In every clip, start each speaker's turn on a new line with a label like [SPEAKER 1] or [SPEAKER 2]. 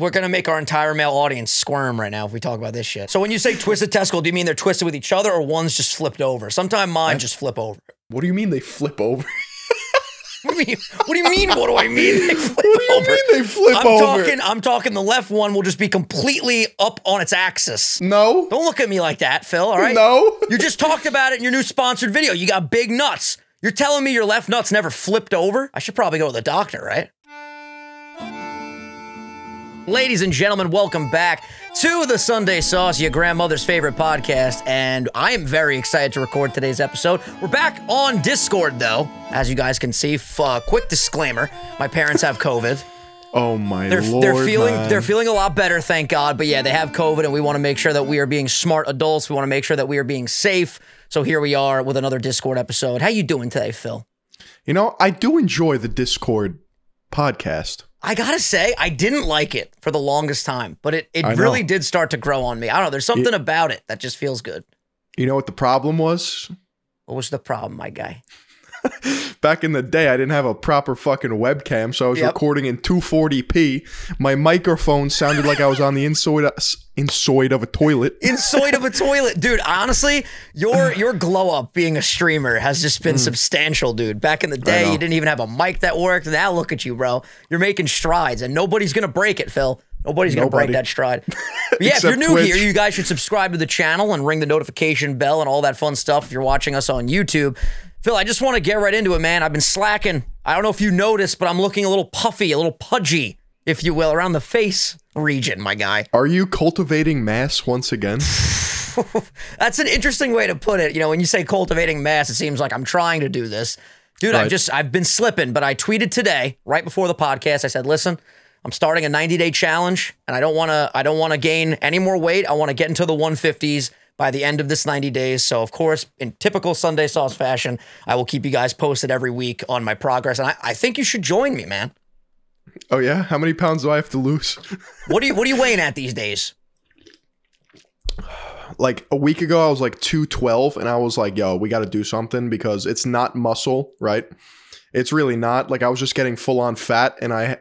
[SPEAKER 1] We're gonna make our entire male audience squirm right now if we talk about this shit. So when you say twisted testicle, do you mean they're twisted with each other or one's just flipped over? Sometimes mine just flip over.
[SPEAKER 2] What do you mean they flip over?
[SPEAKER 1] What do you mean? What do you mean? What do I mean? They flip
[SPEAKER 2] what do you
[SPEAKER 1] over.
[SPEAKER 2] mean they flip
[SPEAKER 1] I'm
[SPEAKER 2] over?
[SPEAKER 1] talking. I'm talking. The left one will just be completely up on its axis.
[SPEAKER 2] no.
[SPEAKER 1] Don't look at me like that, Phil. All right.
[SPEAKER 2] No.
[SPEAKER 1] You just talked about it in your new sponsored video. You got big nuts. You're telling me your left nut's never flipped over? I should probably go to the doctor, right? Ladies and gentlemen, welcome back to the Sunday Sauce, your grandmother's favorite podcast. And I am very excited to record today's episode. We're back on Discord, though. As you guys can see, f- uh, quick disclaimer my parents have COVID.
[SPEAKER 2] Oh my
[SPEAKER 1] They're,
[SPEAKER 2] lord.
[SPEAKER 1] they're feeling
[SPEAKER 2] man.
[SPEAKER 1] they're feeling a lot better, thank God. But yeah, they have COVID, and we want to make sure that we are being smart adults. We want to make sure that we are being safe. So here we are with another Discord episode. How you doing today, Phil?
[SPEAKER 2] you know, I do enjoy the Discord podcast.
[SPEAKER 1] I gotta say, I didn't like it for the longest time, but it, it
[SPEAKER 2] I know.
[SPEAKER 1] really did start to grow on me. I don't know. There's something about it that just feels good.
[SPEAKER 2] You know what the problem was?
[SPEAKER 1] What was the problem, my guy?
[SPEAKER 2] Back in the day, I didn't have a proper fucking webcam, so I was
[SPEAKER 1] Yep.
[SPEAKER 2] recording in 240p. My microphone sounded like I was on the inside inside of a toilet.
[SPEAKER 1] Inside of a toilet, dude. Honestly, your your glow up being a streamer has just been substantial, dude. Back in the day,
[SPEAKER 2] Mm. know.
[SPEAKER 1] you didn't even have a mic that worked. Now look at you, bro. You're making strides, and nobody's gonna break it, Phil. Nobody's gonna break
[SPEAKER 2] Nobody.
[SPEAKER 1] that stride. But yeah, if you're
[SPEAKER 2] Except
[SPEAKER 1] new here,
[SPEAKER 2] Twitch.
[SPEAKER 1] you guys should subscribe to the channel and ring the notification bell and all that fun stuff. If you're watching us on YouTube, Phil, I just want to get right into it, man. I've been slacking. I don't know if you noticed, but I'm looking a little puffy, a little pudgy, if you will, around the face region, my guy.
[SPEAKER 2] Are you cultivating mass once again?
[SPEAKER 1] That's an interesting way to put it. You know, when you say cultivating mass, it seems like I'm trying to do this. Dude, I've
[SPEAKER 2] Right.
[SPEAKER 1] just I've been slipping, but I tweeted today, right before the podcast, I said, listen, I'm starting a 90 day challenge and I don't wanna I don't wanna gain any more weight. I wanna get into the 150s by the end of this 90 days. So of course, in typical Sunday sauce fashion, I will keep you guys posted every week on my progress. And I, I think you should join me, man.
[SPEAKER 2] Oh yeah, how many pounds do I have to lose?
[SPEAKER 1] What are you what are you weighing at these days?
[SPEAKER 2] Like a week ago, I was like 212, and I was like, yo, we got to do something because it's not muscle, right? It's really not. Like I was just getting full on fat, and I,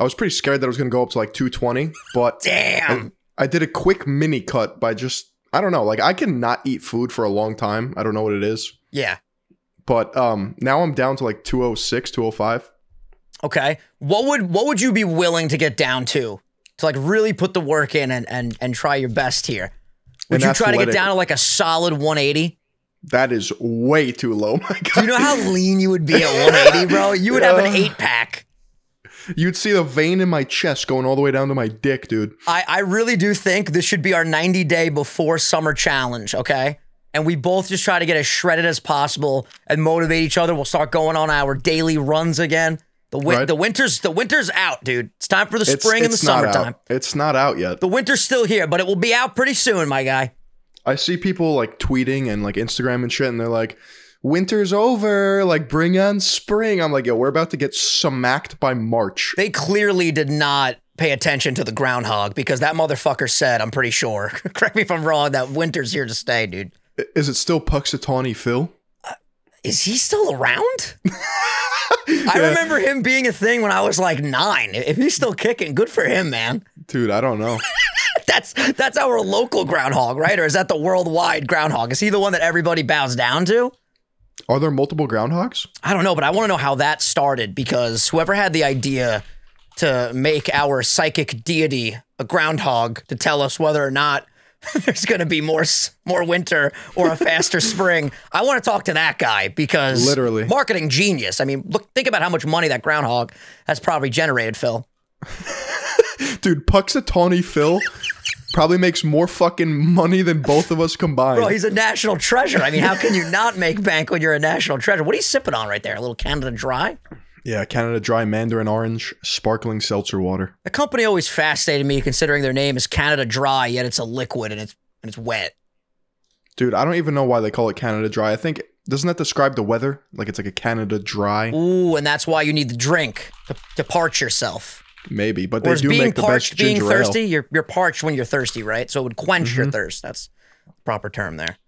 [SPEAKER 2] I was pretty scared that I was gonna go up to like 220, but
[SPEAKER 1] Damn.
[SPEAKER 2] I did a quick mini cut by just I don't know. Like I can not eat food for a long time. I don't know what it is,
[SPEAKER 1] Yeah.
[SPEAKER 2] but um, now I'm down to like 206, 205.
[SPEAKER 1] Okay. What would what would you be willing to get down to to like really put the work in and and and try your best here? Would
[SPEAKER 2] An
[SPEAKER 1] you try to get
[SPEAKER 2] athletic-
[SPEAKER 1] down to like a solid 180?
[SPEAKER 2] That is way too low. My God.
[SPEAKER 1] Do you know how lean you would be at 180, bro? You would have an
[SPEAKER 2] Yeah.
[SPEAKER 1] eight pack.
[SPEAKER 2] You'd see the vein in my chest going all the way down to my dick, dude.
[SPEAKER 1] I I really do think this should be our 90 day before summer challenge. Okay. And we both just try to get as shredded as possible and motivate each other. We'll start going on our daily runs again. The win-
[SPEAKER 2] Right.
[SPEAKER 1] the winter's the winter's out, dude. It's time for the
[SPEAKER 2] It's-
[SPEAKER 1] spring and the
[SPEAKER 2] it's not out.
[SPEAKER 1] summertime.
[SPEAKER 2] It's not out yet.
[SPEAKER 1] The winter's still here, but it will be out pretty soon, my guy.
[SPEAKER 2] I see people like tweeting and like Instagram and shit, and they're like, "Winter's over, like bring on spring." I'm like, "Yo, we're about to get smacked by March."
[SPEAKER 1] they clearly did not pay attention to the groundhog because that motherfucker said, I'm pretty sure, correct me if I'm wrong, that winter's here to stay, dude.
[SPEAKER 2] I- Is it still Puxatawny Phil?
[SPEAKER 1] Is he still around? I remember him being a thing when I was like nine. If he's still kicking, good for him, man.
[SPEAKER 2] Dude, I don't know.
[SPEAKER 1] That's that's our local groundhog, right? Or is that the worldwide groundhog? Is he the one that everybody bows down to?
[SPEAKER 2] Are there multiple groundhogs?
[SPEAKER 1] I don't know, but I want to know how that started because whoever had the idea to make our psychic deity a groundhog to tell us whether or not there's going to be more s- more winter or a faster spring. I want to talk to that guy because
[SPEAKER 2] Literally.
[SPEAKER 1] marketing genius. I mean, look think about how much money that groundhog has probably generated, Phil.
[SPEAKER 2] Dude, Puxatawny Phil probably makes more fucking money than both of us combined.
[SPEAKER 1] Bro, Oh, he's a national treasure. I mean, how can you not make bank when you're a national treasure? What are you sipping on right there? A little Canada Dry?
[SPEAKER 2] yeah, Canada Dry Mandarin Orange Sparkling Seltzer Water.
[SPEAKER 1] The company always fascinated me considering their name is Canada Dry, yet it's a liquid and it's and it's wet.
[SPEAKER 2] Dude, I don't even know why they call it Canada Dry. I think doesn't that describe the weather? Like it's like a Canada Dry,
[SPEAKER 1] Ooh, and that's why you need the drink to, to parch yourself.
[SPEAKER 2] maybe, but
[SPEAKER 1] Or
[SPEAKER 2] they
[SPEAKER 1] is
[SPEAKER 2] do
[SPEAKER 1] being
[SPEAKER 2] make the
[SPEAKER 1] parched
[SPEAKER 2] best
[SPEAKER 1] being
[SPEAKER 2] ginger ale. Mm-hmm.
[SPEAKER 1] thirsty? You're you're parched when you're thirsty, right? So it would quench your thirst. That's the proper term there.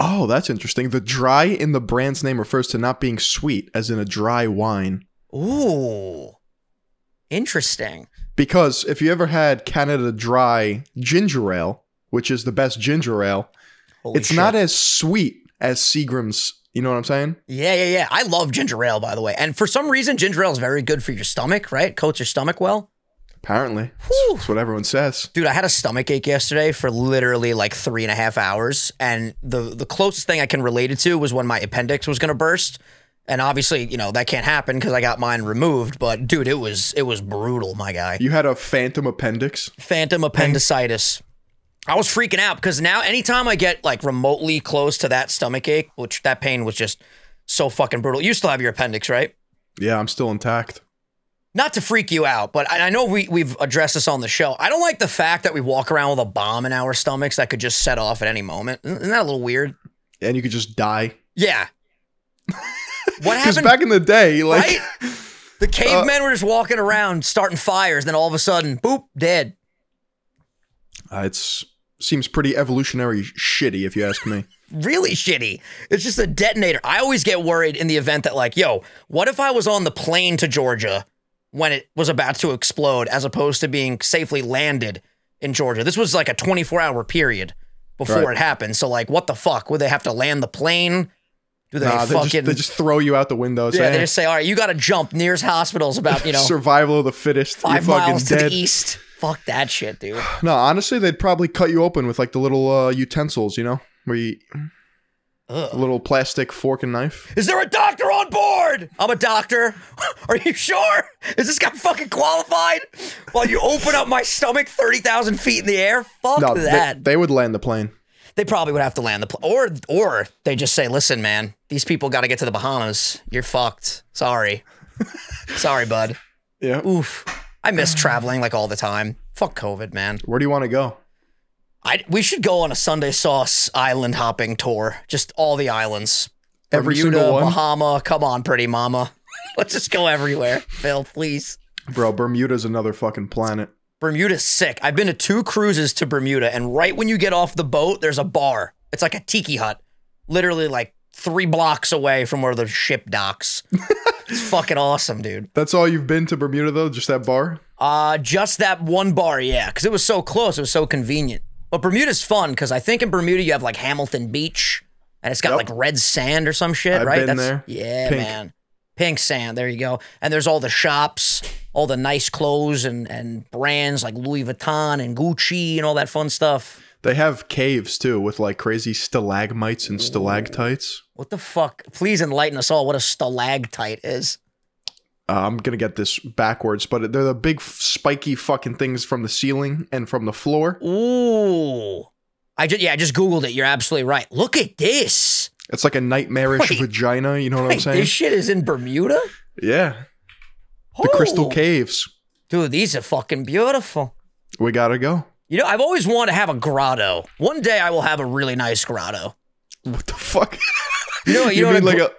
[SPEAKER 2] Oh, that's interesting. The dry in the brand's name refers to not being sweet, as in a dry wine.
[SPEAKER 1] Ooh. Interesting.
[SPEAKER 2] Because if you ever had Canada Dry ginger ale, which is the best ginger ale,
[SPEAKER 1] Holy
[SPEAKER 2] it's
[SPEAKER 1] shit.
[SPEAKER 2] not as sweet as Seagram's. You know what I'm saying?
[SPEAKER 1] Yeah, yeah, yeah. I love ginger ale, by the way. And for some reason, ginger ale is very good for your stomach, right? Coats your stomach well.
[SPEAKER 2] Apparently,
[SPEAKER 1] Whew.
[SPEAKER 2] that's what everyone says.
[SPEAKER 1] Dude, I had a stomach ache yesterday for literally like three and a half hours. And the, the closest thing I can relate it to was when my appendix was gonna burst. And obviously, you know, that can't happen because I got mine removed. But dude, it was it was brutal, my guy.
[SPEAKER 2] You had a phantom appendix.
[SPEAKER 1] Phantom appendicitis. I was freaking out because now anytime I get like remotely close to that stomach ache, which that pain was just so fucking brutal. You still have your appendix, right?
[SPEAKER 2] Yeah, I'm still intact.
[SPEAKER 1] not to freak you out, but I I know we, we've addressed this on the show. I don't like the fact that we walk around with a bomb in our stomachs that could just set off at any moment. Isn't isn't that a little weird?
[SPEAKER 2] And you could just die.
[SPEAKER 1] Yeah. What
[SPEAKER 2] Because
[SPEAKER 1] happened?
[SPEAKER 2] back in the day, Uh, like
[SPEAKER 1] right? The cavemen were just walking around starting fires, then all of a sudden, boop, dead.
[SPEAKER 2] uh, it's seems pretty evolutionary shitty, if you ask me.
[SPEAKER 1] really shitty. It's just a detonator. I always get worried in the event that, like, yo, what if I was on the plane to Georgia when it was about to explode as opposed to being safely landed in Georgia? This was like a 24 hour period before
[SPEAKER 2] Right.
[SPEAKER 1] it happened. So, like, what the fuck? Would they have to land the plane? Do they
[SPEAKER 2] Nah, they
[SPEAKER 1] fucking.
[SPEAKER 2] just, they just throw you out the window.
[SPEAKER 1] yeah,
[SPEAKER 2] saying,
[SPEAKER 1] they just say, all right, you got to jump. Nearest hospital's about, you know,
[SPEAKER 2] survival of the fittest.
[SPEAKER 1] five
[SPEAKER 2] You're fucking
[SPEAKER 1] miles to
[SPEAKER 2] dead.
[SPEAKER 1] the east. Fuck that shit, dude.
[SPEAKER 2] No, honestly, they'd probably cut you open with like the little uh, utensils, you know, where you
[SPEAKER 1] Ugh.
[SPEAKER 2] a little plastic fork and knife.
[SPEAKER 1] Is there a doctor on board? I'm a doctor. Are you sure? Is this guy fucking qualified? While you open up my stomach 30,000 feet in the air? Fuck
[SPEAKER 2] No, they,
[SPEAKER 1] that. They,
[SPEAKER 2] they would land the plane.
[SPEAKER 1] probably would have to land the plane. Or, or they just say, listen, man, these people got to get to the Bahamas. You're fucked. Sorry. Sorry, bud.
[SPEAKER 2] Yeah.
[SPEAKER 1] Oof. I miss traveling like all the time. Fuck COVID, man.
[SPEAKER 2] Where do you want to go?
[SPEAKER 1] I, we should go on a Sunday Sauce island hopping tour. Just all the islands.
[SPEAKER 2] Every
[SPEAKER 1] Bermuda,
[SPEAKER 2] single one,
[SPEAKER 1] Bahama. Come on, pretty mama. Let's just go everywhere, Phil, please.
[SPEAKER 2] bro. Bermuda's another fucking planet.
[SPEAKER 1] Bermuda's sick. I've been to two cruises to Bermuda, and right when you get off the boat, there's a bar. It's like a tiki hut, literally like three blocks away from where the ship docks. it's fucking awesome, dude.
[SPEAKER 2] That's all you've been to Bermuda though, just that bar.
[SPEAKER 1] Uh, just that one bar, yeah, because it was so close, it was so convenient. But Bermuda's fun because I think in Bermuda you have like Hamilton Beach, and it's got
[SPEAKER 2] Yep.
[SPEAKER 1] like red sand or some shit,
[SPEAKER 2] I've
[SPEAKER 1] right?
[SPEAKER 2] been there.
[SPEAKER 1] Yeah,
[SPEAKER 2] Pink.
[SPEAKER 1] man. Pink sand. There you go. And there's all the shops, all the nice clothes and and brands like Louis Vuitton and Gucci and all that fun stuff.
[SPEAKER 2] They have caves too, with like crazy stalagmites and stalactites.
[SPEAKER 1] What the fuck? Please enlighten us all. What a stalactite is.
[SPEAKER 2] Uh, I'm gonna get this backwards, but they're the big f- spiky fucking things from the ceiling and from the floor.
[SPEAKER 1] Ooh. I just yeah, I just googled it. You're absolutely right. Look at this.
[SPEAKER 2] It's like a nightmarish
[SPEAKER 1] Wait.
[SPEAKER 2] vagina. You know what I'm
[SPEAKER 1] Wait,
[SPEAKER 2] saying?
[SPEAKER 1] this shit is in Bermuda.
[SPEAKER 2] yeah, the crystal
[SPEAKER 1] Oh.
[SPEAKER 2] caves.
[SPEAKER 1] Dude, these are fucking beautiful.
[SPEAKER 2] We gotta go.
[SPEAKER 1] You know, I've always wanted to have a grotto. One day I will have a really nice grotto.
[SPEAKER 2] What the fuck?
[SPEAKER 1] You know, Oh, you, know
[SPEAKER 2] mean
[SPEAKER 1] what
[SPEAKER 2] like a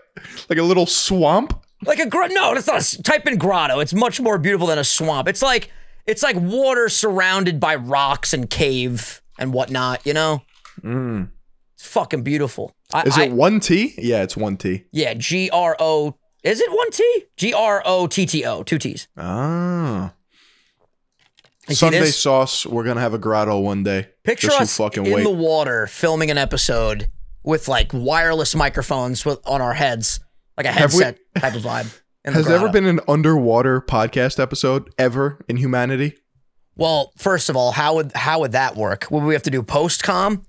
[SPEAKER 2] like a little swamp?
[SPEAKER 1] like a grotto. No, it's not. A, s- type in grotto. It's much more beautiful than a swamp. It's like it's like water surrounded by rocks and cave and whatnot. You know,
[SPEAKER 2] Mm.
[SPEAKER 1] it's fucking beautiful. I,
[SPEAKER 2] Is
[SPEAKER 1] I-
[SPEAKER 2] it one T? Yeah, it's one T.
[SPEAKER 1] Yeah, G R O. Is it one T? G R O T T O. Two T's.
[SPEAKER 2] Ah.
[SPEAKER 1] You see
[SPEAKER 2] Sunday
[SPEAKER 1] this?
[SPEAKER 2] sauce. We're gonna have a grotto one day.
[SPEAKER 1] Picture
[SPEAKER 2] Just you
[SPEAKER 1] us
[SPEAKER 2] fucking
[SPEAKER 1] in
[SPEAKER 2] wait.
[SPEAKER 1] the water filming an episode with like wireless microphones with, on our heads, like a
[SPEAKER 2] Have we-
[SPEAKER 1] headset type of vibe. in the
[SPEAKER 2] Has there ever
[SPEAKER 1] grotto.
[SPEAKER 2] been an underwater podcast episode ever in humanity?
[SPEAKER 1] Well, first of all, how would how would that work? Would we have to do post com?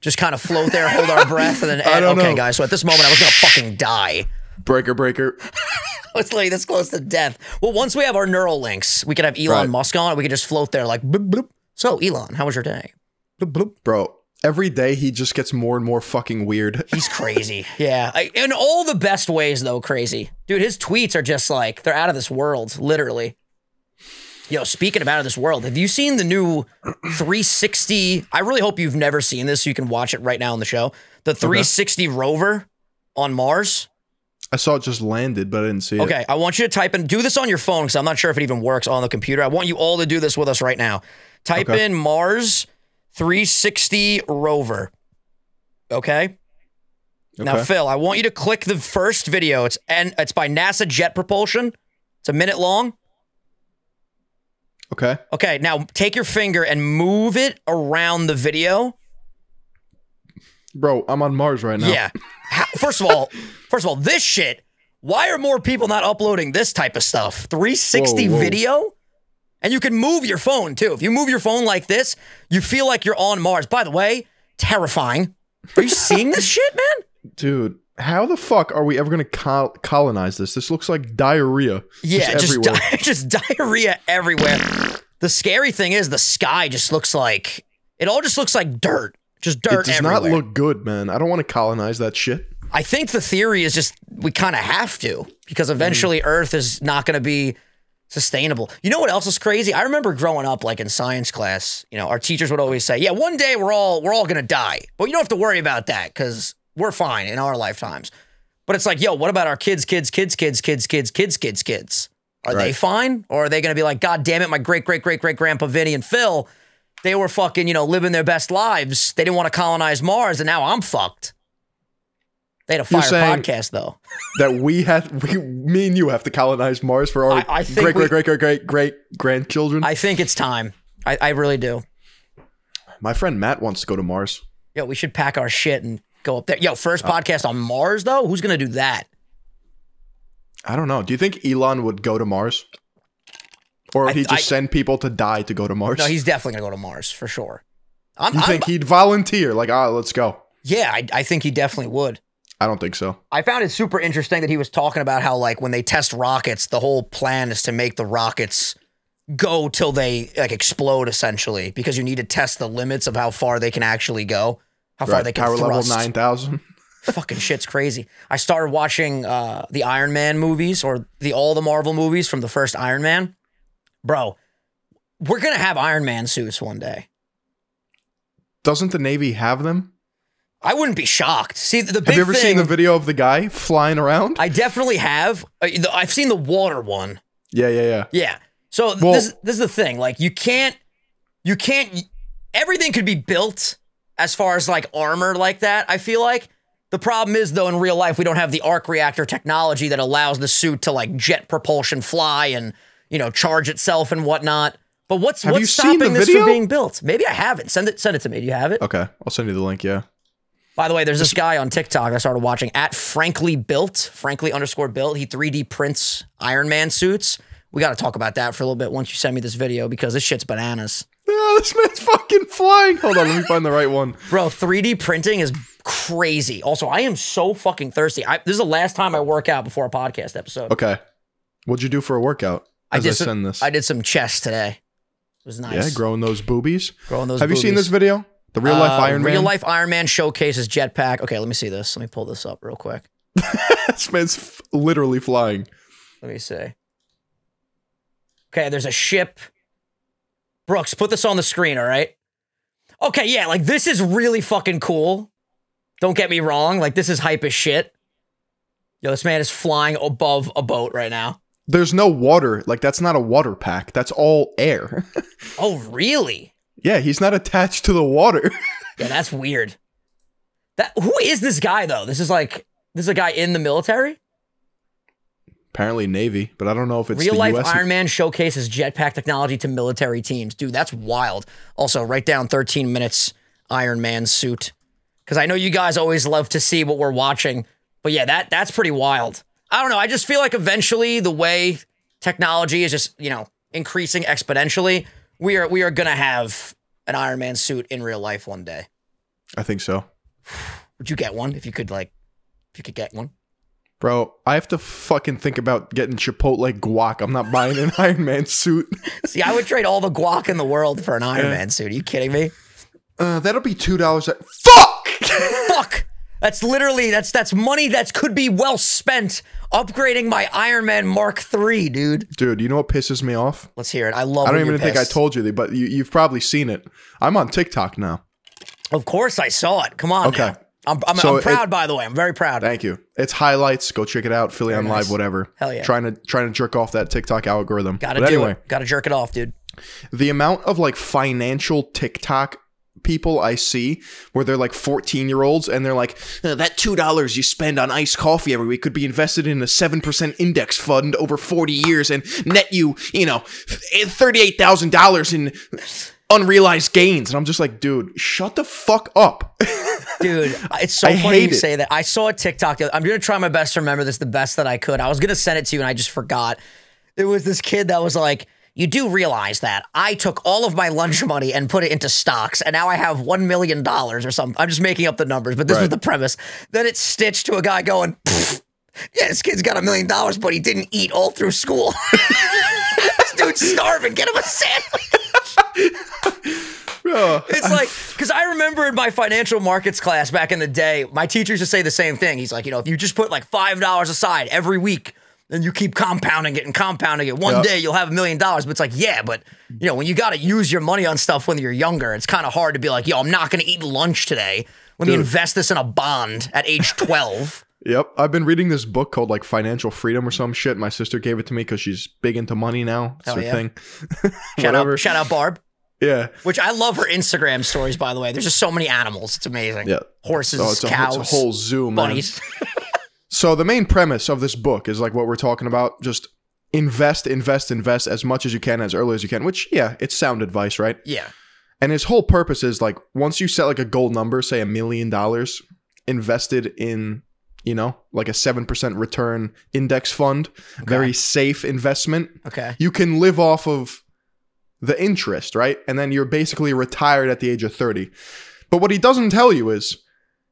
[SPEAKER 1] Just kind of float there, hold our breath, and then
[SPEAKER 2] I
[SPEAKER 1] end.
[SPEAKER 2] don't
[SPEAKER 1] Okay,
[SPEAKER 2] know.
[SPEAKER 1] guys. So at this moment, I was gonna fucking die.
[SPEAKER 2] Breaker, breaker.
[SPEAKER 1] I was literally this close to death. Well, once we have our neural links, we could have Elon
[SPEAKER 2] Right.
[SPEAKER 1] Musk on. We could just float there, like. Bloop, bloop. So, Elon, how was your day? Bloop, bloop.
[SPEAKER 2] Bro, every day he just gets more and more fucking weird.
[SPEAKER 1] He's crazy. yeah. I, in all the best ways, though, crazy. Dude, his tweets are just like, they're out of this world, literally. Yo, speaking of out of this world, have you seen the new 360? I really hope you've never seen this so you can watch it right now on the show. The 360 rover on Mars.
[SPEAKER 2] I saw it just landed, but I didn't see it.
[SPEAKER 1] Okay, I want you to type in, do this on your phone because I'm not sure if it even works on the computer. I want you all to do this with us right now. Type
[SPEAKER 2] Okay.
[SPEAKER 1] in Mars 360 rover. Okay? Now,
[SPEAKER 2] Okay.
[SPEAKER 1] Phil, I want you to click the first video. It's and it's by NASA Jet Propulsion. It's a minute long.
[SPEAKER 2] Okay.
[SPEAKER 1] Okay, now take your finger and move it around the video.
[SPEAKER 2] Bro, I'm on Mars right now.
[SPEAKER 1] Yeah. How, first of all, first of all, this shit. Why are more people not uploading this type of stuff? 360
[SPEAKER 2] Whoa, whoa.
[SPEAKER 1] video, and you can move your phone too. If you move your phone like this, you feel like you're on Mars. By the way, terrifying. Are you seeing this shit, man?
[SPEAKER 2] Dude, how the fuck are we ever going to col- colonize this? This looks like diarrhea.
[SPEAKER 1] Yeah, just
[SPEAKER 2] everywhere.
[SPEAKER 1] di- just diarrhea everywhere. the scary thing is the sky just looks like it all just looks like dirt. Just dirt
[SPEAKER 2] it does
[SPEAKER 1] everywhere.
[SPEAKER 2] not look good, man. I don't want to colonize that shit.
[SPEAKER 1] I think the theory is just we kind of have to because eventually
[SPEAKER 2] Mm-hmm.
[SPEAKER 1] Earth is not going to be sustainable. You know what else is crazy? I remember growing up, like in science class, you know, our teachers would always say, "Yeah, one day we're all we're all going to die, but you don't have to worry about that because we're fine in our lifetimes." But it's like, yo, what about our kids, kids, kids, kids, kids, kids, kids, kids, kids? Are they
[SPEAKER 2] Right.
[SPEAKER 1] fine, or are they going to be like, "God damn it, my great, great, great, great grandpa Vinny and Phil"? They were fucking, you know, living their best lives. They didn't want to colonize Mars, and now I'm fucked. They had a fire
[SPEAKER 2] You're saying-
[SPEAKER 1] podcast though.
[SPEAKER 2] That we have, we, me and you have to colonize Mars for our
[SPEAKER 1] I- I think
[SPEAKER 2] great,
[SPEAKER 1] we-
[SPEAKER 2] great, great, great, great, great grandchildren.
[SPEAKER 1] I think it's time. I, I really do.
[SPEAKER 2] My friend Matt wants to go to Mars.
[SPEAKER 1] Yo, we should pack our shit and go up there. Yo, first
[SPEAKER 2] Uh,
[SPEAKER 1] podcast on Mars though. Who's gonna do that?
[SPEAKER 2] I don't know. Do you think Elon would go to Mars? Or would
[SPEAKER 1] I-
[SPEAKER 2] he just
[SPEAKER 1] I-
[SPEAKER 2] send people to die to go to Mars?
[SPEAKER 1] No, he's definitely gonna go to Mars for sure. I'm,
[SPEAKER 2] you
[SPEAKER 1] I'm-
[SPEAKER 2] think he'd volunteer? Like, ah, let's go.
[SPEAKER 1] yeah, I, I think he definitely would.
[SPEAKER 2] I don't think so.
[SPEAKER 1] I found it super interesting that he was talking about how like when they test rockets, the whole plan is to make the rockets go till they like explode essentially because you need to test the limits of how far they can actually go, how far
[SPEAKER 2] Right,
[SPEAKER 1] they can
[SPEAKER 2] Power
[SPEAKER 1] thrust.
[SPEAKER 2] level 9,000.
[SPEAKER 1] fucking shit's crazy. I started watching uh, the Iron Man movies or the all the Marvel movies from the first Iron Man. Bro, we're gonna have Iron Man suits one day.
[SPEAKER 2] Doesn't the Navy have them?
[SPEAKER 1] I wouldn't be shocked. See, the, the big
[SPEAKER 2] Have you ever
[SPEAKER 1] thing
[SPEAKER 2] seen the video of the guy flying around?
[SPEAKER 1] I definitely have. uh, the- I've seen the water one.
[SPEAKER 2] yeah, yeah, yeah.
[SPEAKER 1] Yeah. So th-
[SPEAKER 2] Well-
[SPEAKER 1] this this is the thing. Like you can't you can't everything could be built as far as like armor like that. I feel like the problem is though in real life we don't have the arc reactor technology that allows the suit to like jet propulsion fly and you know charge itself and whatnot. But what's
[SPEAKER 2] Have you
[SPEAKER 1] what's
[SPEAKER 2] seen the
[SPEAKER 1] stopping this
[SPEAKER 2] video?
[SPEAKER 1] from being built? Maybe I haven't. Send it send it to me. Do you have it?
[SPEAKER 2] Okay, I'll send you the link. Yeah.
[SPEAKER 1] By the way, there's this guy on TikTok I started watching at Frankly Built, Frankly underscore Built. He 3D prints Iron Man suits. We got to talk about that for a little bit once you send me this video because this shit's bananas.
[SPEAKER 2] Yeah, this man's fucking flying. Hold on, let me find the right one.
[SPEAKER 1] Bro, 3D printing is crazy. Also, I am so fucking thirsty. I, this is the last time I work out before a podcast episode.
[SPEAKER 2] Okay. What'd you do for a workout? As I,
[SPEAKER 1] some,
[SPEAKER 2] send this.
[SPEAKER 1] I did some chest today. It was nice.
[SPEAKER 2] yeah, growing those boobies.
[SPEAKER 1] Growing those
[SPEAKER 2] Have you seen
[SPEAKER 1] boobies.
[SPEAKER 2] this video? The real life
[SPEAKER 1] Uh,
[SPEAKER 2] Iron Man.
[SPEAKER 1] Real life Iron Man showcases jetpack. Okay, let me see this. Let me pull this up real quick.
[SPEAKER 2] this man's f- literally flying.
[SPEAKER 1] Let me see. Okay, there's a ship. Brooks, put this on the screen, all right? Okay, yeah, like this is really fucking cool. Don't get me wrong, like this is hype as shit. Yo, this man is flying above a boat right now.
[SPEAKER 2] There's no water. Like that's not a water pack. That's all air.
[SPEAKER 1] Oh, really?
[SPEAKER 2] yeah, he's not attached to the water.
[SPEAKER 1] Yeah, that's weird. That who is this guy though? This is like this is a guy in the military?
[SPEAKER 2] Apparently Navy, but I don't know if it's
[SPEAKER 1] Real
[SPEAKER 2] the
[SPEAKER 1] life
[SPEAKER 2] US.
[SPEAKER 1] Iron Man showcases jetpack technology to military teams. Dude, that's wild. Also, write down 13 minutes Iron Man suit. Because I know you guys always love to see what we're watching. But yeah, that that's pretty wild. I don't know. I just feel like eventually the way technology is just, you know, increasing exponentially, we are we are gonna have an Iron Man suit in real life one day.
[SPEAKER 2] I think so.
[SPEAKER 1] Would you get one if you could like if you could get one?
[SPEAKER 2] Bro, I have to fucking think about getting Chipotle guac. I'm not buying an Iron Man suit.
[SPEAKER 1] See, I would trade all the guac in the world for an Iron
[SPEAKER 2] Yeah.
[SPEAKER 1] Man suit. Are you kidding me?
[SPEAKER 2] Uh, that'll be two dollars. Fuck.
[SPEAKER 1] fuck. That's literally that's that's money that could be well spent upgrading my Iron Man Mark III, dude.
[SPEAKER 2] Dude, you know what pisses me off?
[SPEAKER 1] Let's hear it. I love.
[SPEAKER 2] I don't
[SPEAKER 1] when you're
[SPEAKER 2] even think I
[SPEAKER 1] pissed.
[SPEAKER 2] told you, but you, you've probably seen it. I'm on TikTok now.
[SPEAKER 1] Of course, I saw it. Come on.
[SPEAKER 2] Okay.
[SPEAKER 1] now. I'm, I'm,
[SPEAKER 2] So
[SPEAKER 1] I'm proud.
[SPEAKER 2] it-
[SPEAKER 1] by the way, I'm very proud.
[SPEAKER 2] Thank you. It's highlights. Go check it out. Philly on
[SPEAKER 1] nice.
[SPEAKER 2] live, whatever.
[SPEAKER 1] Hell yeah.
[SPEAKER 2] Trying to trying to jerk off that TikTok algorithm.
[SPEAKER 1] Gotta
[SPEAKER 2] but
[SPEAKER 1] do
[SPEAKER 2] anyway,
[SPEAKER 1] it. Gotta jerk it off, dude.
[SPEAKER 2] the amount of like financial TikTok people I see where they're like 14 year olds and they're like, "Uh, that $2 you spend on iced coffee every week could be invested in a 7% index fund over 40 years and net you, you know, $38,000 in unrealized gains. And I'm just like, dude, shut the fuck up.
[SPEAKER 1] Dude, it's so
[SPEAKER 2] I
[SPEAKER 1] funny you
[SPEAKER 2] hate it.
[SPEAKER 1] say that. I saw a TikTok. the other- I'm gonna try my best to remember this the best that I could. I was gonna send it to you, and I just forgot. It was this kid that was like, "You do realize that I took all of my lunch money and put it into stocks, and now I have one million dollars or something." I'm just making up the numbers, but this was
[SPEAKER 2] Right.
[SPEAKER 1] the premise. Then it stitched to a guy going, "Pfft, "Yeah, this kid's got a million dollars, but he didn't eat all through school." this dude's starving. Get him a sandwich.
[SPEAKER 2] Ugh.
[SPEAKER 1] It's like because I remember in my financial markets class back in the day, my teacher used to say the same thing. He's like, you know, if you just put like five dollars aside every week, then you keep compounding it and compounding it. One
[SPEAKER 2] Yeah.
[SPEAKER 1] day you'll have a million dollars. But it's like, yeah, but you know, when you got to use your money on stuff when you're younger, it's kind of hard to be like, yo, I'm not going to eat lunch today. Let me invest this in a bond at age twelve.
[SPEAKER 2] Yep, I've been reading this book called like Financial Freedom or some shit. My sister gave it to me because she's big into money now. It's
[SPEAKER 1] Hell
[SPEAKER 2] her
[SPEAKER 1] yeah.
[SPEAKER 2] thing.
[SPEAKER 1] shout
[SPEAKER 2] Whatever.
[SPEAKER 1] out, shout out, Barb.
[SPEAKER 2] Yeah,
[SPEAKER 1] Which I love her Instagram stories, by the way. There's just so many animals. It's amazing.
[SPEAKER 2] Yeah.
[SPEAKER 1] Horses,
[SPEAKER 2] oh, it's, a,
[SPEAKER 1] cows,
[SPEAKER 2] it's a whole zoo, man.
[SPEAKER 1] bunnies.
[SPEAKER 2] So the main premise of this book is like what we're talking about: just invest, invest, invest as much as you can, as early as you can. Which, yeah, it's sound advice, right?
[SPEAKER 1] yeah.
[SPEAKER 2] And his whole purpose is like once you set like a goal number, say a million dollars invested in, you know, like a seven percent return index fund, very safe investment.
[SPEAKER 1] Okay.
[SPEAKER 2] you can live off of the interest, right? And then you're basically retired at the age of 30. But what he doesn't tell you is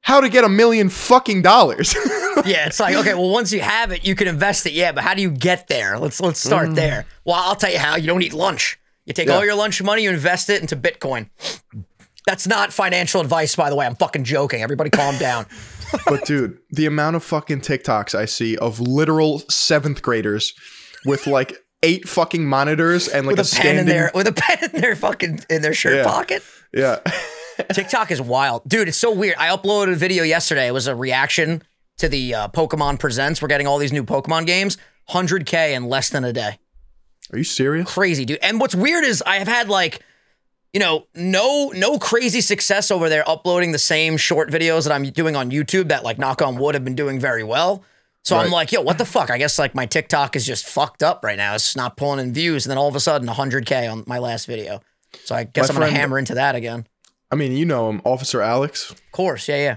[SPEAKER 2] how to get a million fucking dollars.
[SPEAKER 1] Yeah, it's like okay. Well, once you have it, you can invest it. Yeah, but how do you get there? Let's let's start there. Well, I'll tell you how. You don't eat lunch. You take all
[SPEAKER 2] Mm. Yeah.
[SPEAKER 1] your lunch money, you invest it into Bitcoin. That's not financial advice, by the way. I'm fucking joking. Everybody, calm down.
[SPEAKER 2] but dude, the amount of fucking TikToks I see of literal seventh graders with like eight fucking monitors and like
[SPEAKER 1] With a
[SPEAKER 2] a,
[SPEAKER 1] pen in
[SPEAKER 2] standing
[SPEAKER 1] their with a pen in their fucking in their shirt
[SPEAKER 2] Yeah.
[SPEAKER 1] pocket.
[SPEAKER 2] yeah
[SPEAKER 1] TikTok is wild, dude. It's so weird. I uploaded a video yesterday. It was a reaction to the uh, Pokemon Presents. We're getting all these new Pokemon games. 100k in less than a day.
[SPEAKER 2] are you serious
[SPEAKER 1] crazy, dude. And what's weird is I have had like, you know, no no crazy success over there uploading the same short videos that I'm doing on YouTube that like knock on wood have been doing very well. So I'm
[SPEAKER 2] Right.
[SPEAKER 1] like, yo, what the fuck? I guess like my TikTok is just fucked up right now. It's just not pulling in views, and then all of a sudden 100k on my last video. So I guess
[SPEAKER 2] My
[SPEAKER 1] I'm gonna
[SPEAKER 2] friend-
[SPEAKER 1] hammer into that again.
[SPEAKER 2] i mean you know him officer alex
[SPEAKER 1] Of course, yeah, yeah.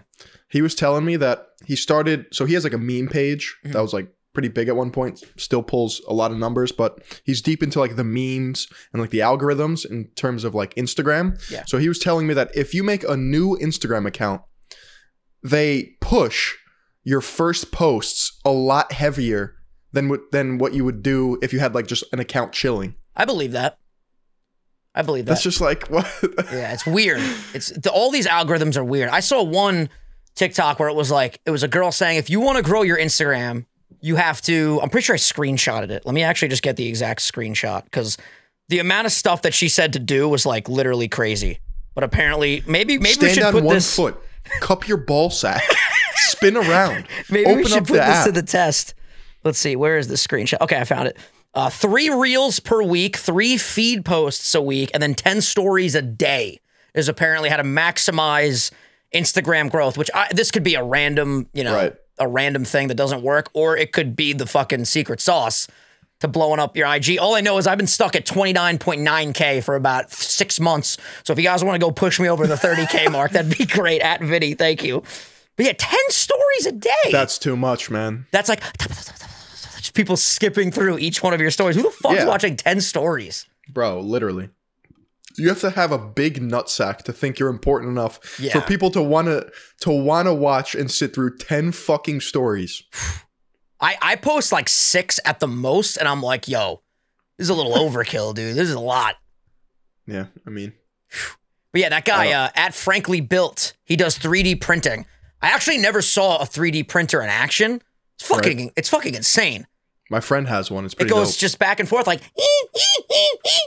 [SPEAKER 2] he was telling me that he started so he has like a meme page
[SPEAKER 1] Mm-hmm.
[SPEAKER 2] that was like pretty big at one point still pulls a lot of numbers but he's deep into like the memes and like the algorithms in terms of like instagram
[SPEAKER 1] Yeah.
[SPEAKER 2] so he was telling me that if you make a new instagram account they push your first posts a lot heavier than what than what you would do if you had like just an account chilling
[SPEAKER 1] I believe that. I believe that.
[SPEAKER 2] that's just like what
[SPEAKER 1] Yeah, it's weird. It's the, all these algorithms are weird. I saw one TikTok where it was like it was a girl saying, "If you want to grow your Instagram, you have to." I'm pretty sure I screenshotted it. Let me actually just get the exact screenshot because the amount of stuff that she said to do was like literally crazy. But apparently, maybe maybe we
[SPEAKER 2] stand
[SPEAKER 1] should
[SPEAKER 2] on
[SPEAKER 1] put
[SPEAKER 2] one
[SPEAKER 1] this.
[SPEAKER 2] foot cup your ball sack spin around
[SPEAKER 1] Maybe
[SPEAKER 2] open
[SPEAKER 1] we should
[SPEAKER 2] up
[SPEAKER 1] put
[SPEAKER 2] the
[SPEAKER 1] this
[SPEAKER 2] app
[SPEAKER 1] to the test. Let's see. Where is the screenshot? Okay, I found it. Uh, three reels per week, three feed posts a week, and then ten stories a day is apparently how to maximize Instagram growth. Which I, this could be a random, you know,
[SPEAKER 2] Right.
[SPEAKER 1] a random thing that doesn't work, or it could be the fucking secret sauce to blowing up your IG. All I know is I've been stuck at 29.9K for about six months. So if you guys want to go push me over the 30K mark, that'd be great. At Vinny, thank you. But yeah, 10 stories a day.
[SPEAKER 2] That's too much, man.
[SPEAKER 1] That's like just people skipping through each one of your stories. Who the fuck's
[SPEAKER 2] Yeah.
[SPEAKER 1] watching 10 stories?
[SPEAKER 2] Bro, literally. You have to have a big nutsack to think you're important enough
[SPEAKER 1] Yeah.
[SPEAKER 2] for people to wanna to wanna watch and sit through ten fucking stories.
[SPEAKER 1] I, I post like six at the most, and I'm like, yo, this is a little overkill, dude. This is a lot.
[SPEAKER 2] Yeah, I mean,
[SPEAKER 1] But yeah, that guy uh, at Frankly Built, he does 3D printing. I actually never saw a 3D printer in action. It's fucking, it's fucking insane.
[SPEAKER 2] my friend has one. It's
[SPEAKER 1] It
[SPEAKER 2] pretty
[SPEAKER 1] goes
[SPEAKER 2] dope.
[SPEAKER 1] just back and forth, like,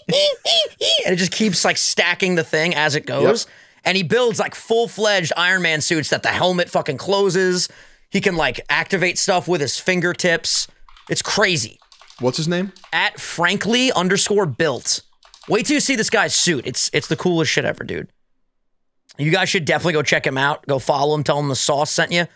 [SPEAKER 1] and it just keeps like stacking the thing as it goes. And he builds like full fledged Iron Man suits that the helmet fucking closes. He can like activate stuff with his fingertips. It's crazy.
[SPEAKER 2] What's his name?
[SPEAKER 1] At frankly underscore built. Wait till you see this guy's suit. It's it's the coolest shit ever, dude. You guys should definitely go check him out. Go follow him. Tell him the sauce sent you.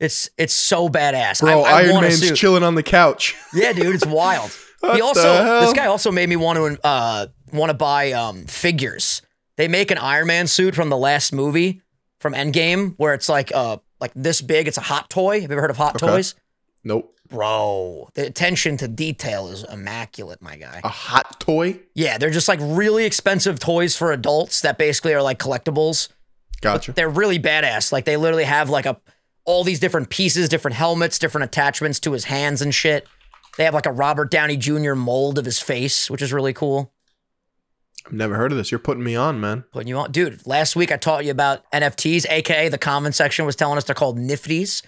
[SPEAKER 1] It's it's so badass.
[SPEAKER 2] Bro, Oh, Iron
[SPEAKER 1] want a
[SPEAKER 2] Man's
[SPEAKER 1] suit.
[SPEAKER 2] chilling on the couch.
[SPEAKER 1] Yeah, dude, it's wild.
[SPEAKER 2] What
[SPEAKER 1] he
[SPEAKER 2] the
[SPEAKER 1] also
[SPEAKER 2] hell?
[SPEAKER 1] this guy also made me want to uh want to buy um figures. They make an Iron Man suit from the last movie from Endgame where it's like uh like this big. It's a hot toy. Have you ever heard of hot
[SPEAKER 2] Okay.
[SPEAKER 1] toys?
[SPEAKER 2] Nope.
[SPEAKER 1] Bro, the attention to detail is immaculate, my guy.
[SPEAKER 2] A hot toy?
[SPEAKER 1] Yeah, they're just like really expensive toys for adults that basically are like collectibles.
[SPEAKER 2] Gotcha.
[SPEAKER 1] They're really badass. Like they literally have like a all these different pieces, different helmets, different attachments to his hands and shit. They have like a Robert Downey Jr. mold of his face, which is really cool.
[SPEAKER 2] I've never heard of this. You're putting me on, man.
[SPEAKER 1] Putting you on, dude. Last week I taught you about NFTs, aka the comment section was telling us they're called nifties,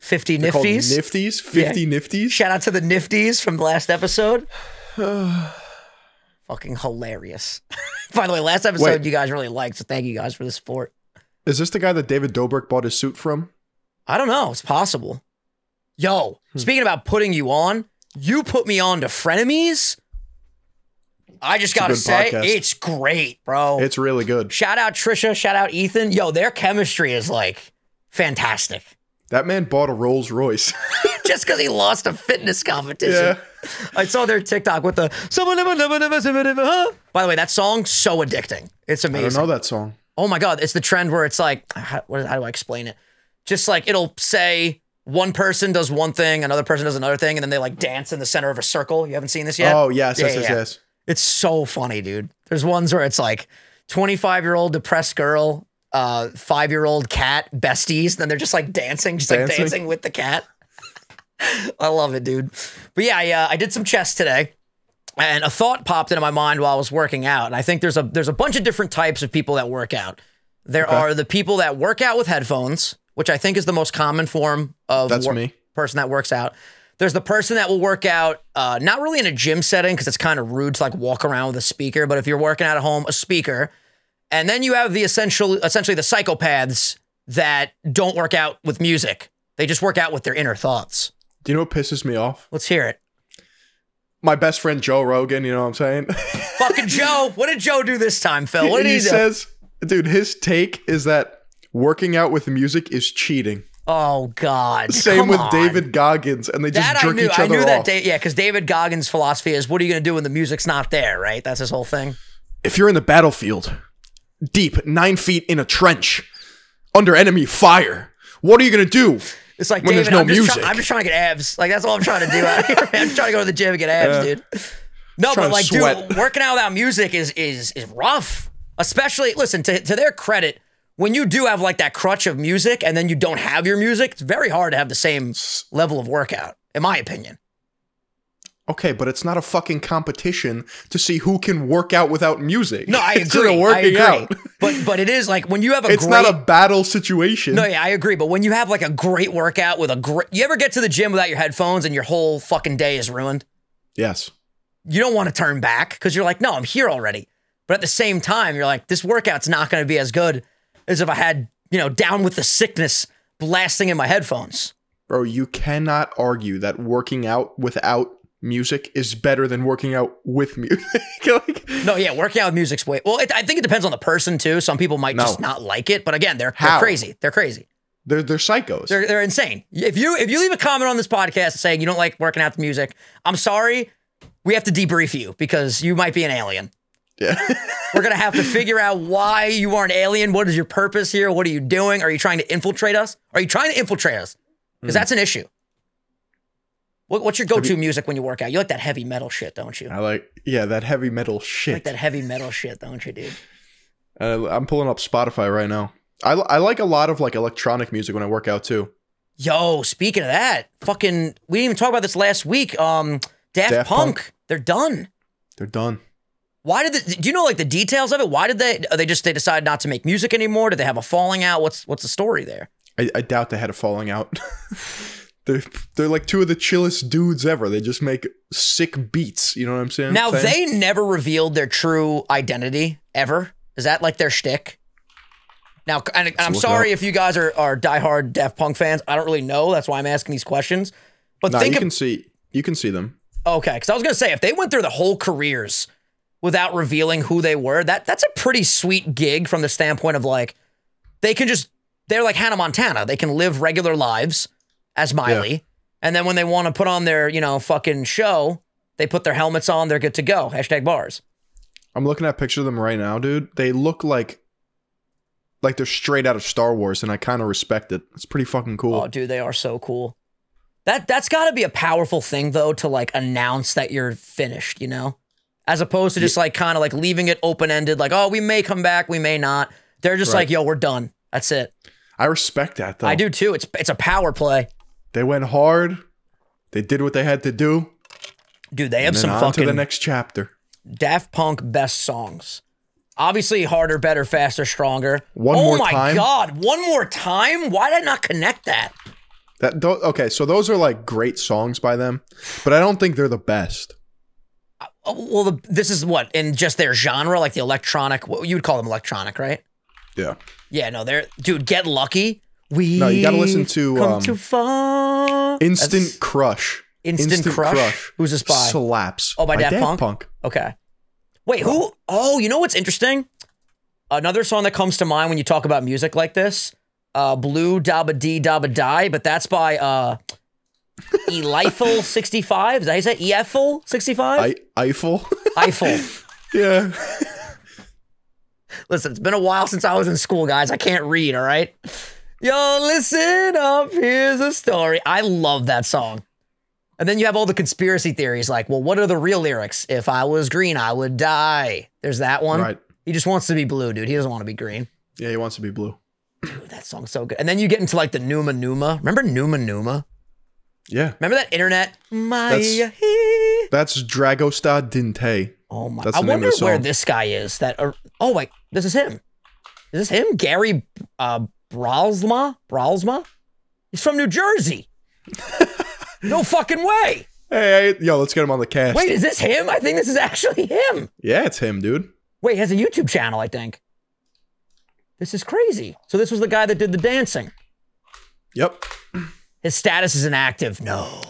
[SPEAKER 1] fifty
[SPEAKER 2] They're called
[SPEAKER 1] nifties.
[SPEAKER 2] Nifties? 50 Nifties?
[SPEAKER 1] Shout out to the nifties from the last episode. Fucking hilarious. By the way, last episode
[SPEAKER 2] Wait.
[SPEAKER 1] you guys really liked, so thank you guys for the support.
[SPEAKER 2] Is this the guy that David Dobrik bought his suit from?
[SPEAKER 1] I don't know. It's possible. Yo,
[SPEAKER 2] Hmm.
[SPEAKER 1] speaking about putting you on, you put me on to frenemies. I just
[SPEAKER 2] a
[SPEAKER 1] gotta
[SPEAKER 2] good
[SPEAKER 1] say,
[SPEAKER 2] podcast.
[SPEAKER 1] it's great, bro.
[SPEAKER 2] It's really good.
[SPEAKER 1] shout out Trisha, shout out Ethan. Yo, their chemistry is like fantastic.
[SPEAKER 2] That man bought a Rolls Royce.
[SPEAKER 1] just because he lost a fitness competition.
[SPEAKER 2] yeah.
[SPEAKER 1] I saw their TikTok with the someone never never never never never. huh?" By the way, that song's so addicting. It's
[SPEAKER 2] I don't
[SPEAKER 1] amazing.
[SPEAKER 2] know that song.
[SPEAKER 1] Oh my god, it's the trend where it's like, how, what, how do I explain it? Just like it'll say one person does one thing, another person does another thing, and then they like dance in the center of a circle. You haven't seen this yet?
[SPEAKER 2] Oh, yes,
[SPEAKER 1] Yeah,
[SPEAKER 2] yes,
[SPEAKER 1] yeah,
[SPEAKER 2] yes,
[SPEAKER 1] yeah.
[SPEAKER 2] yes.
[SPEAKER 1] It's so funny, dude. There's ones where it's like 25 year old depressed girl, uh, five year old cat, besties. Then they're just like dancing, just like
[SPEAKER 2] Dancing?
[SPEAKER 1] dancing with the cat. I love it, dude. But yeah, I, uh, I did some chest today. And a thought popped into my mind while I was working out, and I think there's a there's a bunch of different types of people that work out. There are the people that work out with headphones, which I think is the most common form of
[SPEAKER 2] That's
[SPEAKER 1] wor-
[SPEAKER 2] me.
[SPEAKER 1] person that works out. There's the person that will work out, uh, not really in a gym setting because it's kind of rude to like walk around with a speaker. But if you're working out at home, a speaker, and then you have the essential, essentially the psychopaths that don't work out with music. They just work out with their inner thoughts.
[SPEAKER 2] Do you know what pisses me off?
[SPEAKER 1] Let's hear it.
[SPEAKER 2] My best friend Joe Rogan, you know what I'm saying?
[SPEAKER 1] Fucking Joe. What did Joe do this time, Phil? What did
[SPEAKER 2] And
[SPEAKER 1] he,
[SPEAKER 2] he
[SPEAKER 1] do?
[SPEAKER 2] says, dude, his take is that working out with music is cheating.
[SPEAKER 1] oh God.
[SPEAKER 2] Same
[SPEAKER 1] Come
[SPEAKER 2] with
[SPEAKER 1] on.
[SPEAKER 2] David Goggins, and they just
[SPEAKER 1] That I
[SPEAKER 2] jerk
[SPEAKER 1] knew.
[SPEAKER 2] each
[SPEAKER 1] I
[SPEAKER 2] other
[SPEAKER 1] knew
[SPEAKER 2] off.
[SPEAKER 1] that. Da- yeah, because David Goggins' philosophy is, "What are you going to do when the music's not there?" Right. That's his whole thing.
[SPEAKER 2] if you're in the battlefield, deep nine feet in a trench, under enemy fire, what are you gonna do?
[SPEAKER 1] It's like
[SPEAKER 2] When there's
[SPEAKER 1] David,
[SPEAKER 2] no
[SPEAKER 1] I'm, just try-
[SPEAKER 2] music.
[SPEAKER 1] I'm just trying to get abs. Like that's all I'm trying to do out here. man. I'm trying to go to the gym and get abs, dude. No,
[SPEAKER 2] trying
[SPEAKER 1] but
[SPEAKER 2] to
[SPEAKER 1] like, dude,
[SPEAKER 2] sweat.
[SPEAKER 1] working out without music is is is rough. Especially, listen to to their credit. When you do have like that crutch of music, and then you don't have your music, it's very hard to have the same level of workout, in my opinion.
[SPEAKER 2] Okay, but it's not a fucking competition to see who can work out without music.
[SPEAKER 1] No, I agree.
[SPEAKER 2] it's a working
[SPEAKER 1] I
[SPEAKER 2] out.
[SPEAKER 1] agree. But but it is like when you have a
[SPEAKER 2] It's
[SPEAKER 1] great
[SPEAKER 2] not a battle situation.
[SPEAKER 1] No, yeah, I agree. But when you have like a great workout with a great, you ever get to the gym without your headphones and your whole fucking day is ruined?
[SPEAKER 2] Yes.
[SPEAKER 1] you don't want to turn back because you're like, no, I'm here already. But at the same time, you're like, this workout's not going to be as good as if I had, you know, down with the sickness blasting in my headphones.
[SPEAKER 2] Bro, you cannot argue that working out without music is better than working out with music. like,
[SPEAKER 1] No, yeah, working out with music's way. Well, it, I think it depends on the person too. Some people might just
[SPEAKER 2] No.
[SPEAKER 1] not like it, but again, they're, they're
[SPEAKER 2] How?
[SPEAKER 1] crazy. They're crazy.
[SPEAKER 2] they're they're psychos.
[SPEAKER 1] They're they're insane. If you if you leave a comment on this podcast saying you don't like working out to music, I'm sorry. We have to debrief you because you might be an alien.
[SPEAKER 2] yeah.
[SPEAKER 1] We're gonna have to figure out why you are an alien. What is your purpose here? What are you doing? Are you trying to infiltrate us? Are you trying to infiltrate us? Because that's an issue. What, what's your go-to music when you work out? You like that heavy metal shit, don't you?
[SPEAKER 2] I like yeah, that heavy metal
[SPEAKER 1] You
[SPEAKER 2] shit.
[SPEAKER 1] like that heavy metal shit, don't you, dude?
[SPEAKER 2] Uh, I'm pulling up Spotify right now. I, I like a lot of like electronic music when I work out too.
[SPEAKER 1] Yo, speaking of that, fucking, we didn't even talk about this last week. Um, Daft,
[SPEAKER 2] Daft
[SPEAKER 1] Punk,
[SPEAKER 2] Punk.
[SPEAKER 1] they're done.
[SPEAKER 2] They're done.
[SPEAKER 1] Why did the, do you know like the details of it? Why did they? Are they just they decide not to make music anymore? Did they have a falling out? What's what's the story there?
[SPEAKER 2] I, I doubt they had a falling out. they're they're like two of the chillest dudes ever. They just make sick beats. You know what I'm saying?
[SPEAKER 1] Now
[SPEAKER 2] Saying?
[SPEAKER 1] they never revealed their true identity ever. Is that like their shtick? Now, and, and I'm
[SPEAKER 2] look it
[SPEAKER 1] sorry if you guys are are diehard Daft Punk fans. I don't really know. That's why I'm asking these questions. But
[SPEAKER 2] Nah,
[SPEAKER 1] think
[SPEAKER 2] you
[SPEAKER 1] of,
[SPEAKER 2] can see you can see them.
[SPEAKER 1] okay, because I was gonna say if they went through the whole careers without revealing who they were, that that's a pretty sweet gig from the standpoint of like they can just they're like Hannah Montana. They can live regular lives as Miley. And then when they want to put on their, you know, fucking show, they put their helmets on, they're good to go. Hashtag bars.
[SPEAKER 2] I'm looking at pictures of them right now, dude. They look like like they're straight out of Star Wars, and I kind of respect it. It's pretty fucking cool.
[SPEAKER 1] Oh, dude, they are so cool. That that's gotta be a powerful thing though, to like announce that you're finished, you know? As opposed to just like kind of like leaving it open ended, like, oh, we may come back, we may not. They're just
[SPEAKER 2] Right.
[SPEAKER 1] like, yo, we're done. That's it.
[SPEAKER 2] I respect that though.
[SPEAKER 1] I do too. It's it's a power play.
[SPEAKER 2] They went hard. They did what they had to do.
[SPEAKER 1] Dude, they have
[SPEAKER 2] And then
[SPEAKER 1] some
[SPEAKER 2] on to
[SPEAKER 1] fucking
[SPEAKER 2] the next chapter.
[SPEAKER 1] Daft Punk best songs. Obviously, harder, better, faster, stronger.
[SPEAKER 2] One
[SPEAKER 1] oh
[SPEAKER 2] More
[SPEAKER 1] my
[SPEAKER 2] Time.
[SPEAKER 1] god, one more time? Why did I not connect that?
[SPEAKER 2] That tho- okay, so those are like great songs by them, but I don't think they're the best.
[SPEAKER 1] Oh, well, the, this is what in just their genre, like the electronic. What you would call them electronic, right?
[SPEAKER 2] Yeah.
[SPEAKER 1] Yeah, no, they're dude. Get lucky. We
[SPEAKER 2] No, you gotta listen to,
[SPEAKER 1] come
[SPEAKER 2] um,
[SPEAKER 1] too far.
[SPEAKER 2] Instant
[SPEAKER 1] That's-
[SPEAKER 2] Crush.
[SPEAKER 1] Instant Crush? Who's this by?
[SPEAKER 2] Slaps.
[SPEAKER 1] Oh, by Daft
[SPEAKER 2] Daft
[SPEAKER 1] Punk? okay. Wait, who? Oh, you know what's interesting? Another song that comes to mind when you talk about music like this, uh, "Blue Dabba Dee Dabba Die," but that's by uh, Elifel sixty five. Is that how you say it? Eiffel sixty five?
[SPEAKER 2] I- Eiffel.
[SPEAKER 1] Eiffel.
[SPEAKER 2] yeah.
[SPEAKER 1] Listen, it's been a while since I was in school, guys. I can't read, all right? Yo, listen up. Here's a story. I love that song. And then you have all the conspiracy theories like, well, what are the real lyrics? If I was green, I would die. There's that one.
[SPEAKER 2] Right.
[SPEAKER 1] He just wants to be blue, dude. He doesn't want to be green.
[SPEAKER 2] Yeah, he wants to be blue.
[SPEAKER 1] Dude, that song's so good. And then you get into like the Numa Numa. Remember Numa Numa?
[SPEAKER 2] Yeah.
[SPEAKER 1] Remember that internet? My,
[SPEAKER 2] That's- That's Dragosta Dinte.
[SPEAKER 1] oh my.
[SPEAKER 2] that's
[SPEAKER 1] I
[SPEAKER 2] the name of the
[SPEAKER 1] wonder where
[SPEAKER 2] song.
[SPEAKER 1] this guy is. That or oh wait, this is him. Is this him? Gary uh, Bralsma? Bralsma? He's from New Jersey. no fucking way.
[SPEAKER 2] Hey, yo, let's get him on the cast.
[SPEAKER 1] Wait, is this him? I think this is actually him.
[SPEAKER 2] Yeah, it's him, dude.
[SPEAKER 1] Wait, he has a YouTube channel, I think. This is crazy. So this was the guy that did the dancing.
[SPEAKER 2] Yep.
[SPEAKER 1] His status is inactive. No.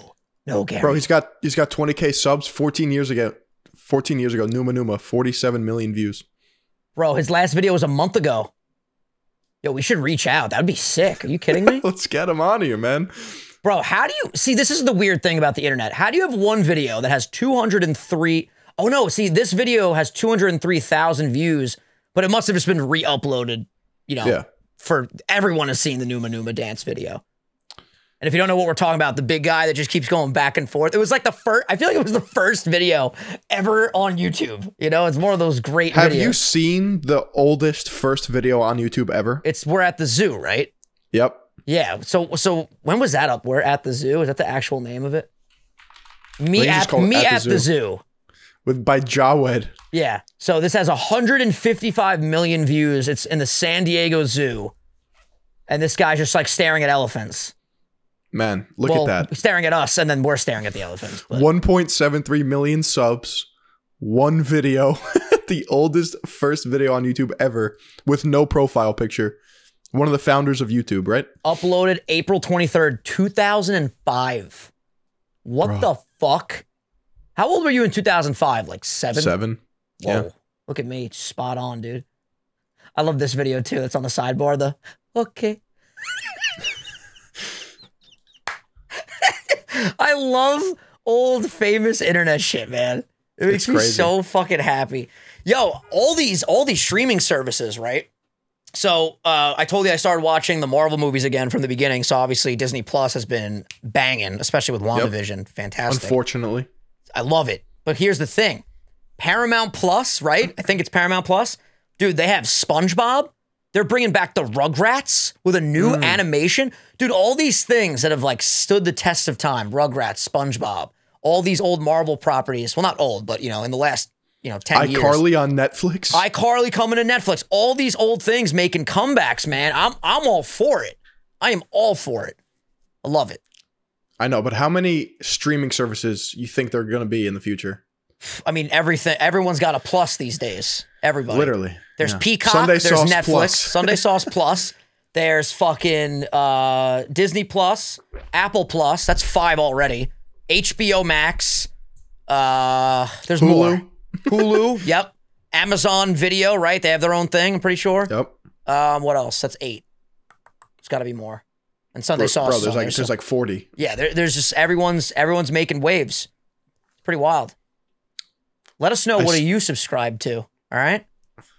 [SPEAKER 1] No, Gary.
[SPEAKER 2] Bro, he's got he's got 20k subs 14 years ago. 14 years ago, Numa Numa, 47 million views.
[SPEAKER 1] Bro, his last video was a month ago. Yo, we should reach out. That would be sick. Are you kidding me?
[SPEAKER 2] Let's get him on here, man.
[SPEAKER 1] Bro, how do you see? This is the weird thing about the internet. How do you have one video that has 203? Oh, no. See, this video has 203,000 views, but it must have just been re uploaded, you know,
[SPEAKER 2] Yeah.
[SPEAKER 1] for everyone has seen the Numa Numa dance video. And if you don't know what we're talking about, the big guy that just keeps going back and forth. It was like the first, I feel like it was the first video ever on YouTube. You know, it's more of those great
[SPEAKER 2] Have
[SPEAKER 1] videos.
[SPEAKER 2] you seen the oldest first video on YouTube ever?
[SPEAKER 1] it's we're at the zoo, right?
[SPEAKER 2] Yep.
[SPEAKER 1] Yeah. So so when was that up? We're at the zoo. Is that the actual name of it? Me
[SPEAKER 2] think it's
[SPEAKER 1] at
[SPEAKER 2] called
[SPEAKER 1] me
[SPEAKER 2] At the
[SPEAKER 1] at the zoo.
[SPEAKER 2] With by Jawed.
[SPEAKER 1] Yeah. So this has 155 million views. It's in the San Diego Zoo, and this guy's just like staring at elephants.
[SPEAKER 2] Man, look
[SPEAKER 1] well,
[SPEAKER 2] at that.
[SPEAKER 1] staring at us, and then we're staring at the elephants. but-
[SPEAKER 2] 1.73 million subs, one video, the oldest first video on YouTube ever with no profile picture. One of the founders of YouTube, right?
[SPEAKER 1] uploaded April 23rd, 2005. What
[SPEAKER 2] Bruh.
[SPEAKER 1] the fuck? How old were you in 2005? Like seven?
[SPEAKER 2] Seven.
[SPEAKER 1] Whoa.
[SPEAKER 2] Yeah.
[SPEAKER 1] Look at me. Spot on, dude. I love this video too. That's on the sidebar. The okay. I love old famous internet shit, man. It makes
[SPEAKER 2] It's
[SPEAKER 1] me
[SPEAKER 2] crazy.
[SPEAKER 1] so fucking happy. Yo, all these all these streaming services, right? So uh, I told you I started watching the Marvel movies again from the beginning. So obviously Disney Plus has been banging, especially with WandaVision. Fantastic.
[SPEAKER 2] Unfortunately.
[SPEAKER 1] I love it. But here's the thing Paramount Plus, right? I think it's Paramount Plus. Dude, they have SpongeBob. They're bringing back the Rugrats with a new animation. Dude, all these things that have like stood the test of time Rugrats, SpongeBob, all these old Marvel properties. Well, not old, but you know, in the last, you know, 10 years.
[SPEAKER 2] iCarly on Netflix.
[SPEAKER 1] iCarly coming to Netflix. All these old things making comebacks, man. I'm, I'm all for it. I am all for it. I love it.
[SPEAKER 2] I know, but how many streaming services you think they're going to be in the future?
[SPEAKER 1] I mean, everything, everyone's got a plus these days. Everybody.
[SPEAKER 2] Literally.
[SPEAKER 1] There's
[SPEAKER 2] Yeah.
[SPEAKER 1] Peacock.
[SPEAKER 2] Sunday
[SPEAKER 1] there's
[SPEAKER 2] Sauce
[SPEAKER 1] Netflix.
[SPEAKER 2] Plus.
[SPEAKER 1] Sunday Sauce Plus. There's fucking uh, Disney Plus, Apple Plus. That's five already. HBO Max. Uh, there's more.
[SPEAKER 2] Hulu.
[SPEAKER 1] Hulu. Yep. Amazon Video. Right. They have their own thing. I'm pretty sure.
[SPEAKER 2] Yep.
[SPEAKER 1] Um, what else? That's eight. It's got to be more. And Sunday sauce.
[SPEAKER 2] Bro,
[SPEAKER 1] is
[SPEAKER 2] there's
[SPEAKER 1] on
[SPEAKER 2] like
[SPEAKER 1] there,
[SPEAKER 2] there's
[SPEAKER 1] so-
[SPEAKER 2] like 40.
[SPEAKER 1] yeah, there, there's just everyone's everyone's making waves. It's pretty wild. Let us know
[SPEAKER 2] I
[SPEAKER 1] what
[SPEAKER 2] s-
[SPEAKER 1] do you subscribe to. All right.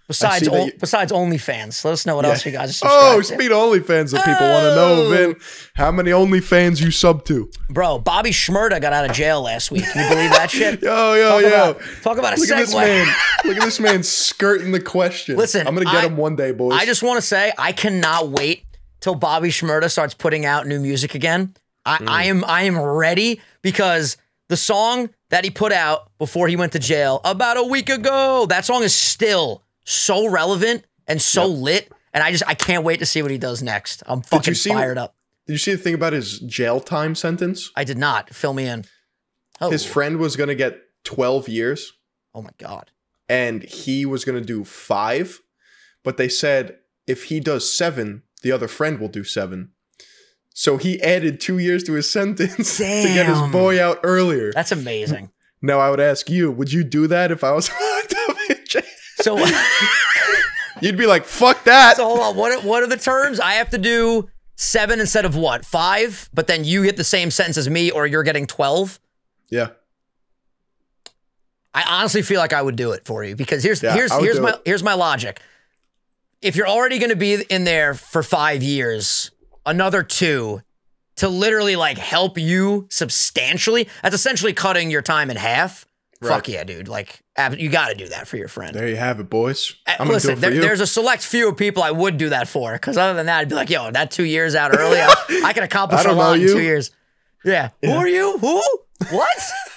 [SPEAKER 1] Besides,
[SPEAKER 2] see that
[SPEAKER 1] o-
[SPEAKER 2] you-
[SPEAKER 1] besides OnlyFans, let us know what
[SPEAKER 2] Yeah.
[SPEAKER 1] else you guys are subscribed
[SPEAKER 2] Oh,
[SPEAKER 1] to.
[SPEAKER 2] speed OnlyFans that people want to know,
[SPEAKER 1] Oh.
[SPEAKER 2] Vin. How many OnlyFans you sub to?
[SPEAKER 1] Bro, Bobby Schmurda got out of jail last week. Can you believe that shit?
[SPEAKER 2] Yo, yo,
[SPEAKER 1] Talk,
[SPEAKER 2] yo.
[SPEAKER 1] about, talk about a
[SPEAKER 2] Oh, Look at this
[SPEAKER 1] segue.
[SPEAKER 2] man. Look at this man skirting the question.
[SPEAKER 1] Listen,
[SPEAKER 2] I'm gonna get
[SPEAKER 1] I-
[SPEAKER 2] him one day, boys.
[SPEAKER 1] I just want to say I cannot wait till Bobby Schmurda starts putting out new music again. I,
[SPEAKER 2] Hmm.
[SPEAKER 1] I am I am ready because the song that he put out before he went to jail about a week ago, that song is still so relevant and so lit. And I just I can't wait to see what he does next. I'm fucking
[SPEAKER 2] see-
[SPEAKER 1] fired up.
[SPEAKER 2] Did you see the thing about his jail time sentence?
[SPEAKER 1] I did not. Fill me in. Oh,
[SPEAKER 2] His friend was gonna get 12 years,
[SPEAKER 1] oh my god.
[SPEAKER 2] and he was gonna do five, but they said if he does seven, the other friend will do seven. So he added two years to his sentence to get his
[SPEAKER 1] Damn.
[SPEAKER 2] boy out earlier.
[SPEAKER 1] That's amazing.
[SPEAKER 2] Now I would ask you, would you do that if I was
[SPEAKER 1] So
[SPEAKER 2] You'd be like, fuck that.
[SPEAKER 1] So hold on. What are, what are the terms? I have to do seven instead of what? Five? But then you get the same sentence as me, or you're getting 12.
[SPEAKER 2] yeah.
[SPEAKER 1] I honestly feel like I would do it for you because here's
[SPEAKER 2] Yeah,
[SPEAKER 1] here's
[SPEAKER 2] I would
[SPEAKER 1] here's
[SPEAKER 2] do
[SPEAKER 1] my
[SPEAKER 2] it.
[SPEAKER 1] here's my logic. If you're already going to be in there for 5 years, another 2 to literally like help you substantially, that's essentially cutting your time in half. Fuck
[SPEAKER 2] Right.
[SPEAKER 1] yeah, dude. Like ab- you got to do that for your friend.
[SPEAKER 2] There you have it, boys.
[SPEAKER 1] Uh,
[SPEAKER 2] I'm
[SPEAKER 1] Listen,
[SPEAKER 2] gonna do it for
[SPEAKER 1] there,
[SPEAKER 2] you.
[SPEAKER 1] there's a select few of people I would do that for, because other than that, I'd be like, yo, that two years out early, I, I can accomplish
[SPEAKER 2] I
[SPEAKER 1] a
[SPEAKER 2] don't
[SPEAKER 1] lot
[SPEAKER 2] know
[SPEAKER 1] in two
[SPEAKER 2] you.
[SPEAKER 1] years. Yeah. Who are you? Who? What?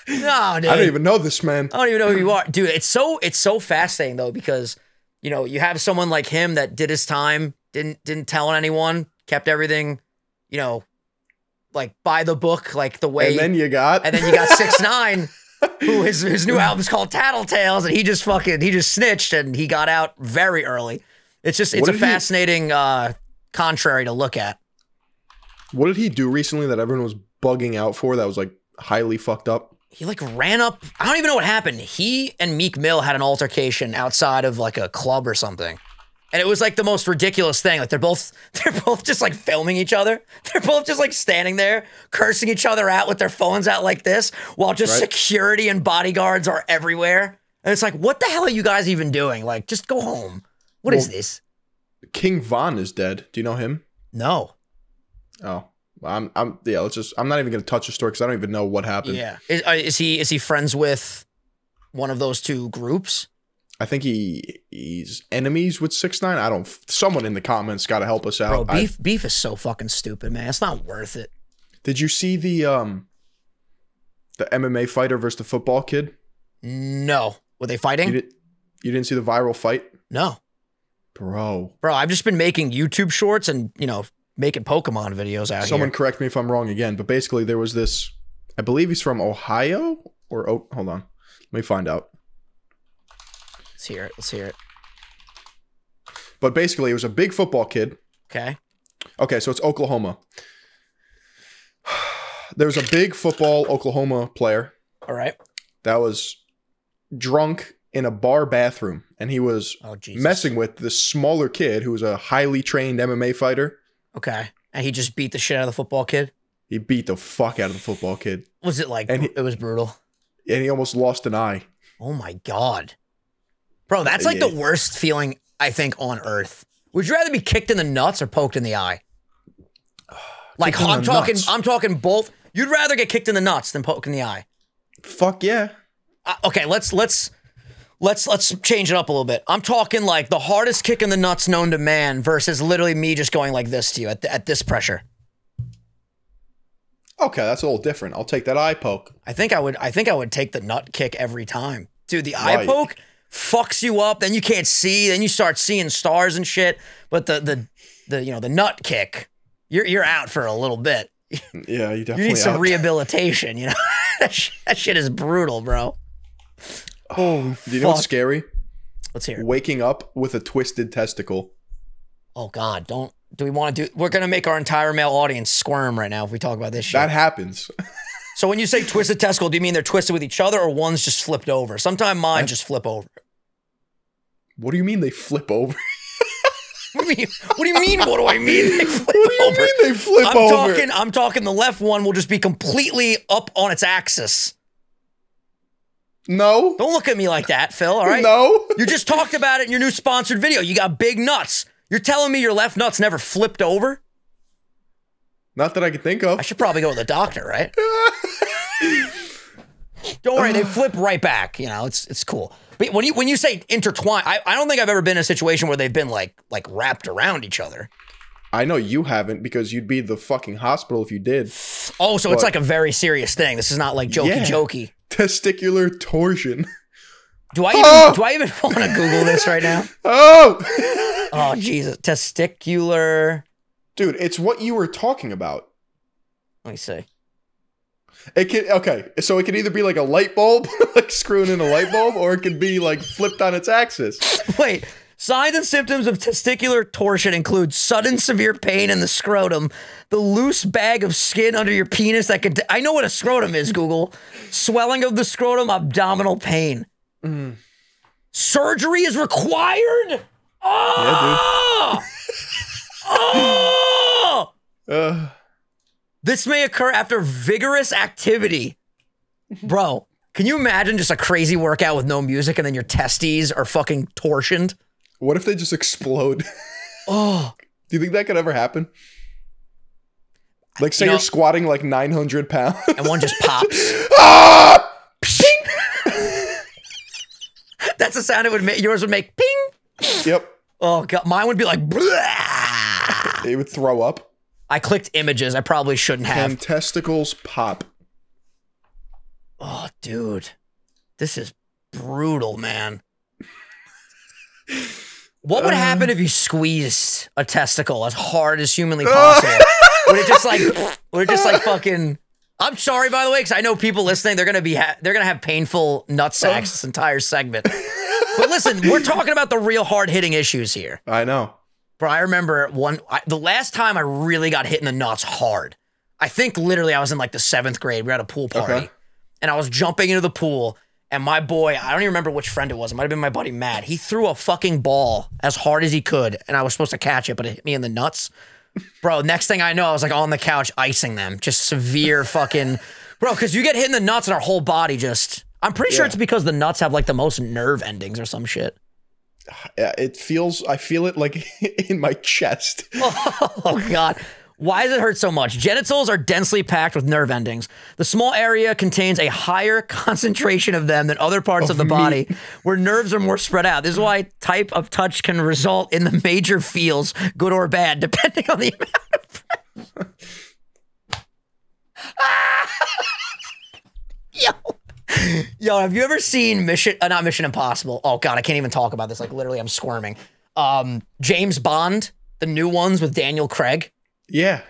[SPEAKER 1] no, dude.
[SPEAKER 2] I don't even know this man.
[SPEAKER 1] I don't even know who you are, dude. It's so it's so fascinating though because you know you have someone like him that did his time, didn't didn't tell anyone, kept everything, you know, like by the book, like the way.
[SPEAKER 2] and then you got
[SPEAKER 1] you got six nine, who his his new album's called Tattletales, and he just fucking he just snitched and he got out very early. It's just it's
[SPEAKER 2] What
[SPEAKER 1] a
[SPEAKER 2] did he-
[SPEAKER 1] fascinating uh contrary to look at.
[SPEAKER 2] what did he do recently that everyone was bugging out for that was like highly fucked up?
[SPEAKER 1] he like ran up. I don't even know what happened. He and Meek Mill had an altercation outside of like a club or something. And it was like the most ridiculous thing. Like they're both they're both just like filming each other. They're both just like standing there cursing each other out with their phones out like this while just
[SPEAKER 2] Right.
[SPEAKER 1] security and bodyguards are everywhere. And it's like, what the hell are you guys even doing? Like just go home. What is
[SPEAKER 2] Well-
[SPEAKER 1] this?
[SPEAKER 2] King Von is dead. Do you know him?
[SPEAKER 1] No.
[SPEAKER 2] Oh. I'm I'm yeah, let's just I'm not even gonna touch the story because I don't even know what happened.
[SPEAKER 1] Yeah. Is, uh, is he is he friends with one of those two groups?
[SPEAKER 2] I think he he's enemies with six nine. I don't someone in the comments gotta help us
[SPEAKER 1] Bro,
[SPEAKER 2] out. I-
[SPEAKER 1] beef beef is so fucking stupid, man. It's not worth it.
[SPEAKER 2] did you see the um the MMA fighter versus the football kid?
[SPEAKER 1] No. Were they
[SPEAKER 2] You
[SPEAKER 1] fighting?
[SPEAKER 2] didn't you didn't see the viral fight?
[SPEAKER 1] no.
[SPEAKER 2] Bro.
[SPEAKER 1] Bro, I've just been making YouTube shorts and, you know, making Pokemon videos out
[SPEAKER 2] Someone
[SPEAKER 1] here.
[SPEAKER 2] correct me if I'm wrong again, but basically there was this I believe he's from Ohio or oh hold on. Let me find out.
[SPEAKER 1] Let's hear it. Let's hear it.
[SPEAKER 2] But basically it was a big football kid.
[SPEAKER 1] Okay.
[SPEAKER 2] Okay, so it's Oklahoma. There was a big football Oklahoma player
[SPEAKER 1] All right.
[SPEAKER 2] that was drunk in a bar bathroom and he was
[SPEAKER 1] Oh, Jesus.
[SPEAKER 2] messing with this smaller kid who was a highly trained MMA fighter.
[SPEAKER 1] Okay. And he just beat the shit out of the football kid.
[SPEAKER 2] He beat the fuck out of the football kid
[SPEAKER 1] Was it like,
[SPEAKER 2] And he-
[SPEAKER 1] it was brutal?
[SPEAKER 2] and he almost lost an eye.
[SPEAKER 1] Oh, my God. Bro, that's like
[SPEAKER 2] Yeah.
[SPEAKER 1] the worst feeling, I think, on earth. Would you rather be kicked in the nuts or poked in the eye? Like,
[SPEAKER 2] Kicked in
[SPEAKER 1] I'm
[SPEAKER 2] the
[SPEAKER 1] talking,
[SPEAKER 2] nuts.
[SPEAKER 1] I'm talking both. You'd rather get kicked in the nuts than poked in the eye.
[SPEAKER 2] Fuck yeah.
[SPEAKER 1] uh, okay, let's let's let's let's change it up a little bit. I'm talking like the hardest kick in the nuts known to man versus literally me just going like this to you at, th- at this pressure.
[SPEAKER 2] Okay, that's a little different. I'll take that eye poke.
[SPEAKER 1] I think I would I think I would take the nut kick every time. Dude, the eye
[SPEAKER 2] Right.
[SPEAKER 1] poke fucks you up, then you can't see, then you start seeing stars and shit, but the the the you know, the nut kick, you're you're out for a little bit.
[SPEAKER 2] Yeah, you definitely
[SPEAKER 1] You need some
[SPEAKER 2] out.
[SPEAKER 1] rehabilitation, you know. that, sh- that shit is brutal, bro. Holy
[SPEAKER 2] Do you know what's
[SPEAKER 1] fuck.
[SPEAKER 2] scary?
[SPEAKER 1] Let's hear it.
[SPEAKER 2] Waking up with a twisted testicle.
[SPEAKER 1] Oh God, don't. Do we want to do? We're gonna make our entire male audience squirm right now if we talk about this shit.
[SPEAKER 2] That happens.
[SPEAKER 1] so when you say twisted testicle, do you mean they're twisted with each other or one's just flipped over? Sometimes mine just flip over.
[SPEAKER 2] What do you mean they flip over?
[SPEAKER 1] What do you mean? What do you mean? What do I mean? They flip
[SPEAKER 2] What do you
[SPEAKER 1] over.
[SPEAKER 2] mean they flip
[SPEAKER 1] I'm
[SPEAKER 2] over?
[SPEAKER 1] talking. I'm talking. The left one will just be completely up on its axis.
[SPEAKER 2] no.
[SPEAKER 1] Don't look at me like that, Phil. All right.
[SPEAKER 2] No.
[SPEAKER 1] You just talked about it in your new sponsored video. You got big nuts. You're telling me your left nuts never flipped over?
[SPEAKER 2] Not that I can think of.
[SPEAKER 1] I should probably go to the doctor, right? don't worry, they flip right back. You know, it's it's cool. But when you when you say intertwine, I, I don't think I've ever been in a situation where they've been like like wrapped around each other.
[SPEAKER 2] I know you haven't because you'd be the fucking hospital if you did.
[SPEAKER 1] Oh, so it's like a very serious thing. This is not like jokey
[SPEAKER 2] Yeah.
[SPEAKER 1] jokey.
[SPEAKER 2] Testicular torsion.
[SPEAKER 1] Do I even
[SPEAKER 2] Oh!
[SPEAKER 1] do I even want to Google this right now?
[SPEAKER 2] Oh,
[SPEAKER 1] Oh Jesus, testicular.
[SPEAKER 2] dude, it's what you were talking about.
[SPEAKER 1] Let me see.
[SPEAKER 2] It could okay, so it could either be like a light bulb, like screwing in a light bulb, or it could be like flipped on its axis.
[SPEAKER 1] Wait. Signs and symptoms of testicular torsion include sudden severe pain in the scrotum, the loose bag of skin under your penis that could. I know what a scrotum is, Google. Swelling of the scrotum, abdominal pain. Surgery is required? Oh! oh!
[SPEAKER 2] Uh,
[SPEAKER 1] This may occur after vigorous activity. Bro, can you imagine just a crazy workout with no music and then your testes are fucking torsioned?
[SPEAKER 2] what if they just explode?
[SPEAKER 1] Oh.
[SPEAKER 2] Do you think that could ever happen? Like, say
[SPEAKER 1] You
[SPEAKER 2] you
[SPEAKER 1] know-
[SPEAKER 2] are squatting like 900 pounds. Ah!
[SPEAKER 1] and one just pops. That's the sound it would make. Yours would make ping.
[SPEAKER 2] yep.
[SPEAKER 1] Oh god, mine would be like. "Blah."
[SPEAKER 2] It would throw up
[SPEAKER 1] I clicked images. I probably shouldn't have.
[SPEAKER 2] and testicles pop.
[SPEAKER 1] Oh, dude, this is brutal, man. What would happen if you squeezed a testicle as hard as humanly possible? would it just like? Would it just like fucking? I'm sorry, by the way, because I know people listening. They're gonna be. Ha- they're gonna have painful nut sacks this entire segment. But listen, we're talking about the real hard hitting issues here.
[SPEAKER 2] I know.
[SPEAKER 1] Bro, I remember one I, the last time I really got hit in the nuts hard. I think literally I was in like the seventh grade. We had a pool party,
[SPEAKER 2] Okay.
[SPEAKER 1] and I was jumping into the pool, and my boy, I don't even remember which friend it was. It might have been my buddy Matt. He threw a fucking ball as hard as he could, and I was supposed to catch it, but it hit me in the nuts. Bro, next thing I know, I was like on the couch icing them, just severe fucking. Bro, because you get hit in the nuts, and our whole body just. I'm pretty sure
[SPEAKER 2] Yeah.
[SPEAKER 1] it's because the nuts have like the most nerve endings or some shit.
[SPEAKER 2] Yeah, It feels, I feel it like in my chest.
[SPEAKER 1] Oh God. Why does it hurt so much? Genitals are densely packed with nerve endings. The small area contains a higher concentration of them than other parts of the body, where nerves are more spread out. This is why type of touch can result in the major feels, good or bad, depending on the amount of pressure. Yo. Yo, have you ever seen Mission uh, not Mission Impossible? Oh god, I can't even talk about this. Like literally I'm squirming. Um James Bond, the new ones with Daniel Craig.
[SPEAKER 2] Yeah.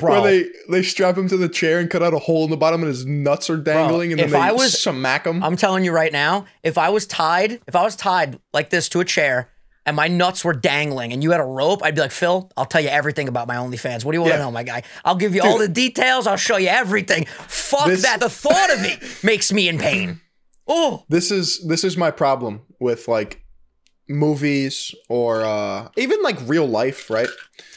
[SPEAKER 1] Bro.
[SPEAKER 2] Where they, they strap him to the chair and cut out a hole in the bottom and his nuts are dangling and
[SPEAKER 1] if
[SPEAKER 2] then they
[SPEAKER 1] I was-
[SPEAKER 2] smack him.
[SPEAKER 1] I'm telling you right now, if I was tied, if I was tied like this to a chair and my nuts were dangling and you had a rope, I'd be like, Phil, I'll tell you everything about my OnlyFans. What do you want to
[SPEAKER 2] Yeah.
[SPEAKER 1] know, my guy? I'll give you all the details. I'll show you everything. Fuck
[SPEAKER 2] This-
[SPEAKER 1] that. The thought of it makes me in pain. Oh,
[SPEAKER 2] this is this is my problem with like movies or uh even like real life right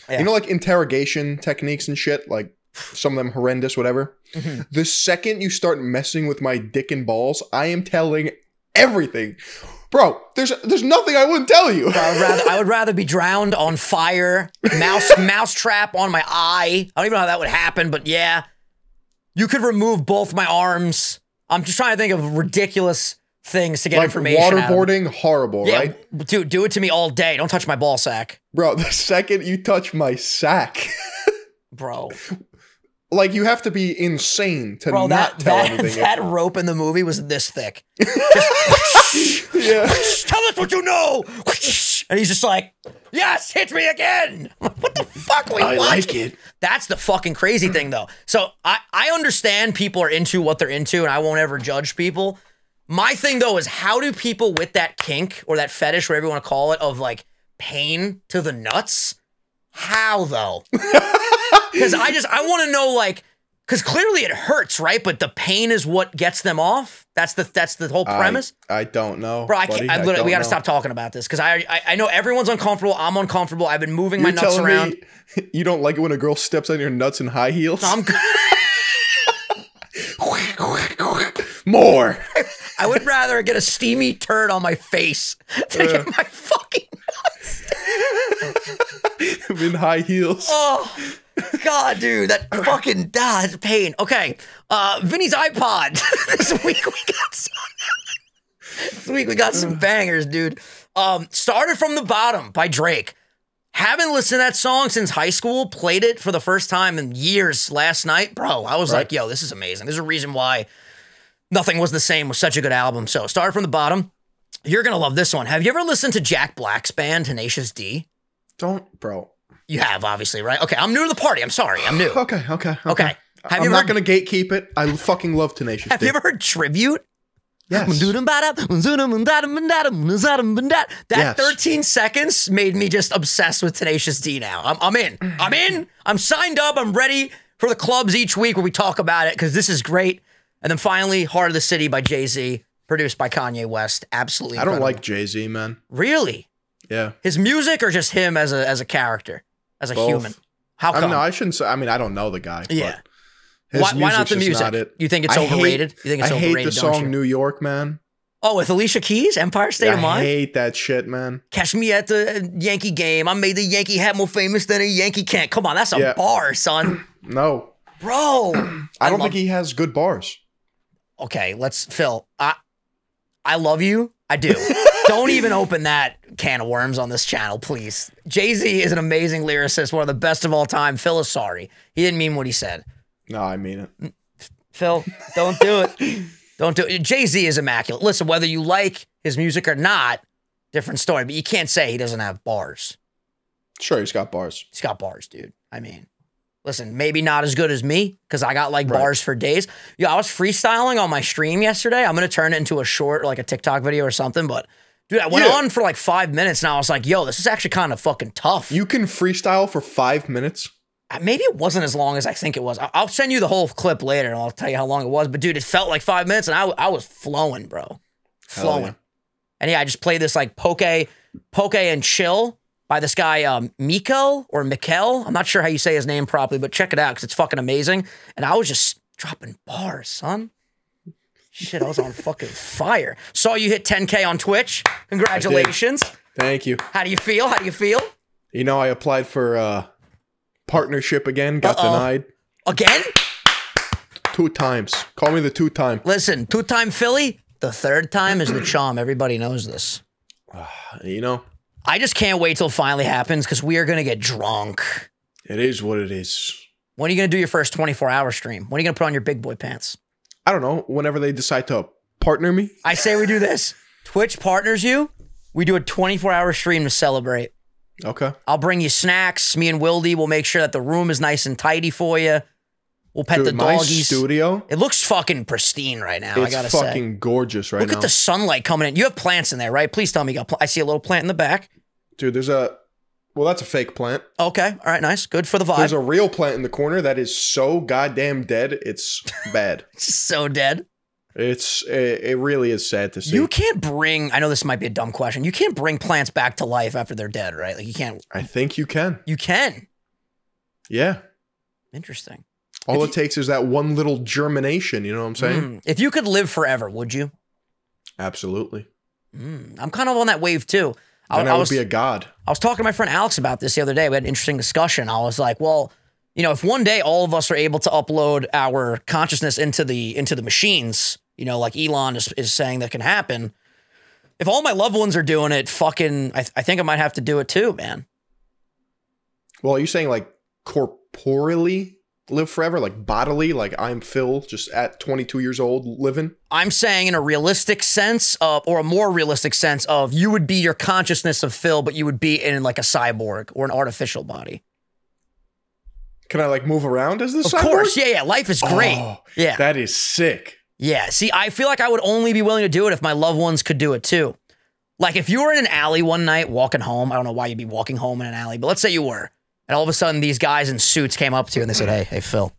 [SPEAKER 1] Yeah.
[SPEAKER 2] you know like interrogation techniques and shit like some of them horrendous whatever
[SPEAKER 1] Mm-hmm.
[SPEAKER 2] the second you start messing with my dick and balls i am telling everything bro there's there's nothing i wouldn't tell you
[SPEAKER 1] I would rather I would rather be drowned on fire, mouse mouse trap on my eye. I don't even know how that would happen, but yeah. You could remove both my arms. I'm just trying to think of ridiculous things to get
[SPEAKER 2] like
[SPEAKER 1] information. out of them.
[SPEAKER 2] waterboarding horrible
[SPEAKER 1] Yeah,
[SPEAKER 2] right
[SPEAKER 1] dude, do it to me all day. Don't touch my ball sack,
[SPEAKER 2] bro the second you touch my sack
[SPEAKER 1] bro.
[SPEAKER 2] like you have to be insane to
[SPEAKER 1] Bro, that
[SPEAKER 2] not tell
[SPEAKER 1] that,
[SPEAKER 2] anything
[SPEAKER 1] that rope in the movie was this thick.
[SPEAKER 2] yeah
[SPEAKER 1] Just, Tell us what you know. And he's just like, "Yes, hit me again." I'm like, what the fuck? Were you
[SPEAKER 2] i
[SPEAKER 1] watching?
[SPEAKER 2] like it
[SPEAKER 1] That's the fucking crazy thing, though. So I, I understand people are into what they're into, and I won't ever judge people. My thing, though, is how do people with that kink or that fetish, whatever you want to call it, of like pain to the nuts? How, though? Because I just, I want to know, like, because clearly it hurts, right? But the pain is what gets them off. That's the that's the whole
[SPEAKER 2] I-
[SPEAKER 1] premise.
[SPEAKER 2] I, don't know,
[SPEAKER 1] Bro, I
[SPEAKER 2] buddy.
[SPEAKER 1] can't. I literally,
[SPEAKER 2] don't
[SPEAKER 1] we got to
[SPEAKER 2] know.
[SPEAKER 1] stop talking about this because I, I I know everyone's uncomfortable. I'm uncomfortable. I've been moving
[SPEAKER 2] You're
[SPEAKER 1] my nuts
[SPEAKER 2] telling
[SPEAKER 1] around.
[SPEAKER 2] me you don't like it when a girl steps on your nuts in high heels.
[SPEAKER 1] I'm.
[SPEAKER 2] More.
[SPEAKER 1] I would rather get a steamy turd on my face than get my fucking.
[SPEAKER 2] in high heels.
[SPEAKER 1] Oh, God, dude, that fucking ah, that's pain. Okay, uh, Vinny's iPod. this week we got some. this week we got some bangers, dude. Um, started from the bottom by Drake. Haven't listened to that song since high school. Played it for the first time in years last night, bro. I was like, yo, this is amazing. There's a reason why nothing was the same. Was such a good album. So started from the bottom. You're gonna love this one. Have you ever listened to Jack Black's band Tenacious D?
[SPEAKER 2] Don't, bro.
[SPEAKER 1] You have, obviously, right? Okay, I'm new to the party. I'm sorry, I'm new. Okay.
[SPEAKER 2] Okay, okay, okay.
[SPEAKER 1] Have
[SPEAKER 2] I'm
[SPEAKER 1] you ever
[SPEAKER 2] not gonna gatekeep it. I fucking love Tenacious
[SPEAKER 1] have
[SPEAKER 2] D.
[SPEAKER 1] you ever heard tribute?
[SPEAKER 2] yes.
[SPEAKER 1] That
[SPEAKER 2] Yes.
[SPEAKER 1] 13 seconds made me just obsessed with Tenacious D now. I'm, I'm in. I'm in. I'm signed up. I'm ready for the clubs each week where we talk about it because this is great. And then finally, Heart of the City by Jay Z, produced by Kanye West. Absolutely.
[SPEAKER 2] I don't
[SPEAKER 1] incredible.
[SPEAKER 2] like Jay Z, man.
[SPEAKER 1] Really?
[SPEAKER 2] Yeah.
[SPEAKER 1] His music or just him as a as a character, as a
[SPEAKER 2] Both.
[SPEAKER 1] human? How
[SPEAKER 2] I
[SPEAKER 1] come?
[SPEAKER 2] mean, no, I shouldn't say. I mean, I don't know the guy.
[SPEAKER 1] Yeah.
[SPEAKER 2] But his
[SPEAKER 1] Why- why not
[SPEAKER 2] music's
[SPEAKER 1] the
[SPEAKER 2] just
[SPEAKER 1] music?
[SPEAKER 2] Not it.
[SPEAKER 1] You think it's
[SPEAKER 2] I hate-
[SPEAKER 1] overrated? You think it's
[SPEAKER 2] I hate
[SPEAKER 1] overrated,
[SPEAKER 2] the
[SPEAKER 1] don't
[SPEAKER 2] song
[SPEAKER 1] you?
[SPEAKER 2] New York, man.
[SPEAKER 1] oh, with Alicia Keys, Empire State
[SPEAKER 2] I
[SPEAKER 1] of Mind.
[SPEAKER 2] hate that shit, man.
[SPEAKER 1] Catch me at the Yankee game. I made the Yankee hat more famous than a Yankee can. Come on, that's a
[SPEAKER 2] Yeah.
[SPEAKER 1] bar, son.
[SPEAKER 2] No,
[SPEAKER 1] Bro.
[SPEAKER 2] I don't
[SPEAKER 1] love-
[SPEAKER 2] think he has good bars.
[SPEAKER 1] Okay, let's Phil. I I love you. I do. don't even open that can of worms on this channel, please. Jay-Z is an amazing lyricist, one of the best of all time. Phil is sorry. He didn't mean what he said.
[SPEAKER 2] No, I mean it.
[SPEAKER 1] Phil, don't do it. Don't do it. Jay Z is immaculate. Listen, whether you like his music or not, different story. But you can't say he doesn't have bars.
[SPEAKER 2] Sure, he's got bars.
[SPEAKER 1] He's got bars, dude. I mean, listen, maybe not as good as me because I got like
[SPEAKER 2] Right.
[SPEAKER 1] bars for days. Yo, I was freestyling on my stream yesterday. I'm gonna turn it into a short, like a TikTok video or something. But dude, I went
[SPEAKER 2] Yeah.
[SPEAKER 1] on for like five minutes and I was like, yo, this is actually kind of fucking tough.
[SPEAKER 2] You can freestyle for five minutes.
[SPEAKER 1] I- maybe it wasn't as long as I think it was. I- I'll send you the whole clip later and I'll tell you how long it was. But dude, it felt like five minutes and I, I was flowing, bro.
[SPEAKER 2] Hell yeah.
[SPEAKER 1] Flowing. And yeah, I just played this like Poke, Poke and Chill by this guy, um, Miko or Mikel. I'm not sure how you say his name properly, but check it out because it's fucking amazing. And I was just dropping bars, son. Shit, I was on fucking fire. Saw you hit 10K on Twitch. Congratulations.
[SPEAKER 2] Thank you.
[SPEAKER 1] How do you feel? How do you feel?
[SPEAKER 2] You know, I applied for uh partnership again, got
[SPEAKER 1] Uh-oh.
[SPEAKER 2] denied
[SPEAKER 1] Again?
[SPEAKER 2] two times. Call me the two time.
[SPEAKER 1] Listen, two time Philly, the third time is the charm. Everybody knows this.
[SPEAKER 2] You know,
[SPEAKER 1] I just can't wait till it finally happens because we are going to get drunk.
[SPEAKER 2] it is what it is.
[SPEAKER 1] When are you going to do your first 24 hour stream? When are you going to put on your big boy pants?
[SPEAKER 2] I don't know. Whenever they decide to partner me,
[SPEAKER 1] I say we do this. Twitch partners you. We do a 24 hour stream to celebrate.
[SPEAKER 2] okay.
[SPEAKER 1] I'll bring you snacks. Me and Wildy will make sure that the room is nice and tidy for you. We'll pet
[SPEAKER 2] Dude,
[SPEAKER 1] the
[SPEAKER 2] my
[SPEAKER 1] doggies.
[SPEAKER 2] studio,
[SPEAKER 1] it looks fucking pristine right now. I
[SPEAKER 2] it's
[SPEAKER 1] gotta say.
[SPEAKER 2] fucking gorgeous right
[SPEAKER 1] Look
[SPEAKER 2] now,
[SPEAKER 1] at the sunlight coming in. You have plants in there, right? Please tell me you got. Pl- I see a little plant in the back.
[SPEAKER 2] dude. There's a well, that's a fake plant.
[SPEAKER 1] Okay, all right, nice, good for the vibe.
[SPEAKER 2] There's a real plant in the corner that is so goddamn dead. It's bad.
[SPEAKER 1] so dead.
[SPEAKER 2] it's it, it really is sad to see.
[SPEAKER 1] You can't bring. I know this might be a dumb question. You can't bring plants back to life after they're dead, right? Like you can't.
[SPEAKER 2] I think you can.
[SPEAKER 1] You can.
[SPEAKER 2] Yeah.
[SPEAKER 1] Interesting.
[SPEAKER 2] All it takes is that one little germination. You know what I'm saying?
[SPEAKER 1] Mm. If you could live forever, would you?
[SPEAKER 2] Absolutely.
[SPEAKER 1] Mm. I'm kind of on that wave too. I,
[SPEAKER 2] Then I,
[SPEAKER 1] I
[SPEAKER 2] would
[SPEAKER 1] was
[SPEAKER 2] be a god.
[SPEAKER 1] I was talking to my friend Alex about this the other day. We had an interesting discussion. I was like, well, you know, if one day all of us are able to upload our consciousness into the into the machines, you know, like Elon is, is saying that can happen. If all my loved ones are doing it, fucking, I, I think I might have to do it too, man.
[SPEAKER 2] Well, are you saying like corporally live forever, like bodily, like I'm Phil, just at 22 years old living?
[SPEAKER 1] I'm saying in a realistic sense of, or a more realistic sense of, you would be your consciousness of Phil, but you would be in like a cyborg or an artificial body.
[SPEAKER 2] Can I like move around as this?
[SPEAKER 1] Of course, yeah, yeah. Life is great.
[SPEAKER 2] Oh.
[SPEAKER 1] yeah.
[SPEAKER 2] That is sick.
[SPEAKER 1] Yeah. See, I feel like I would only be willing to do it if my loved ones could do it too. Like if you were in an alley one night walking home, I don't know why you'd be walking home in an alley, but let's say you were, and all of a sudden these guys in suits came up to you and they said, "Hey, hey, Phil,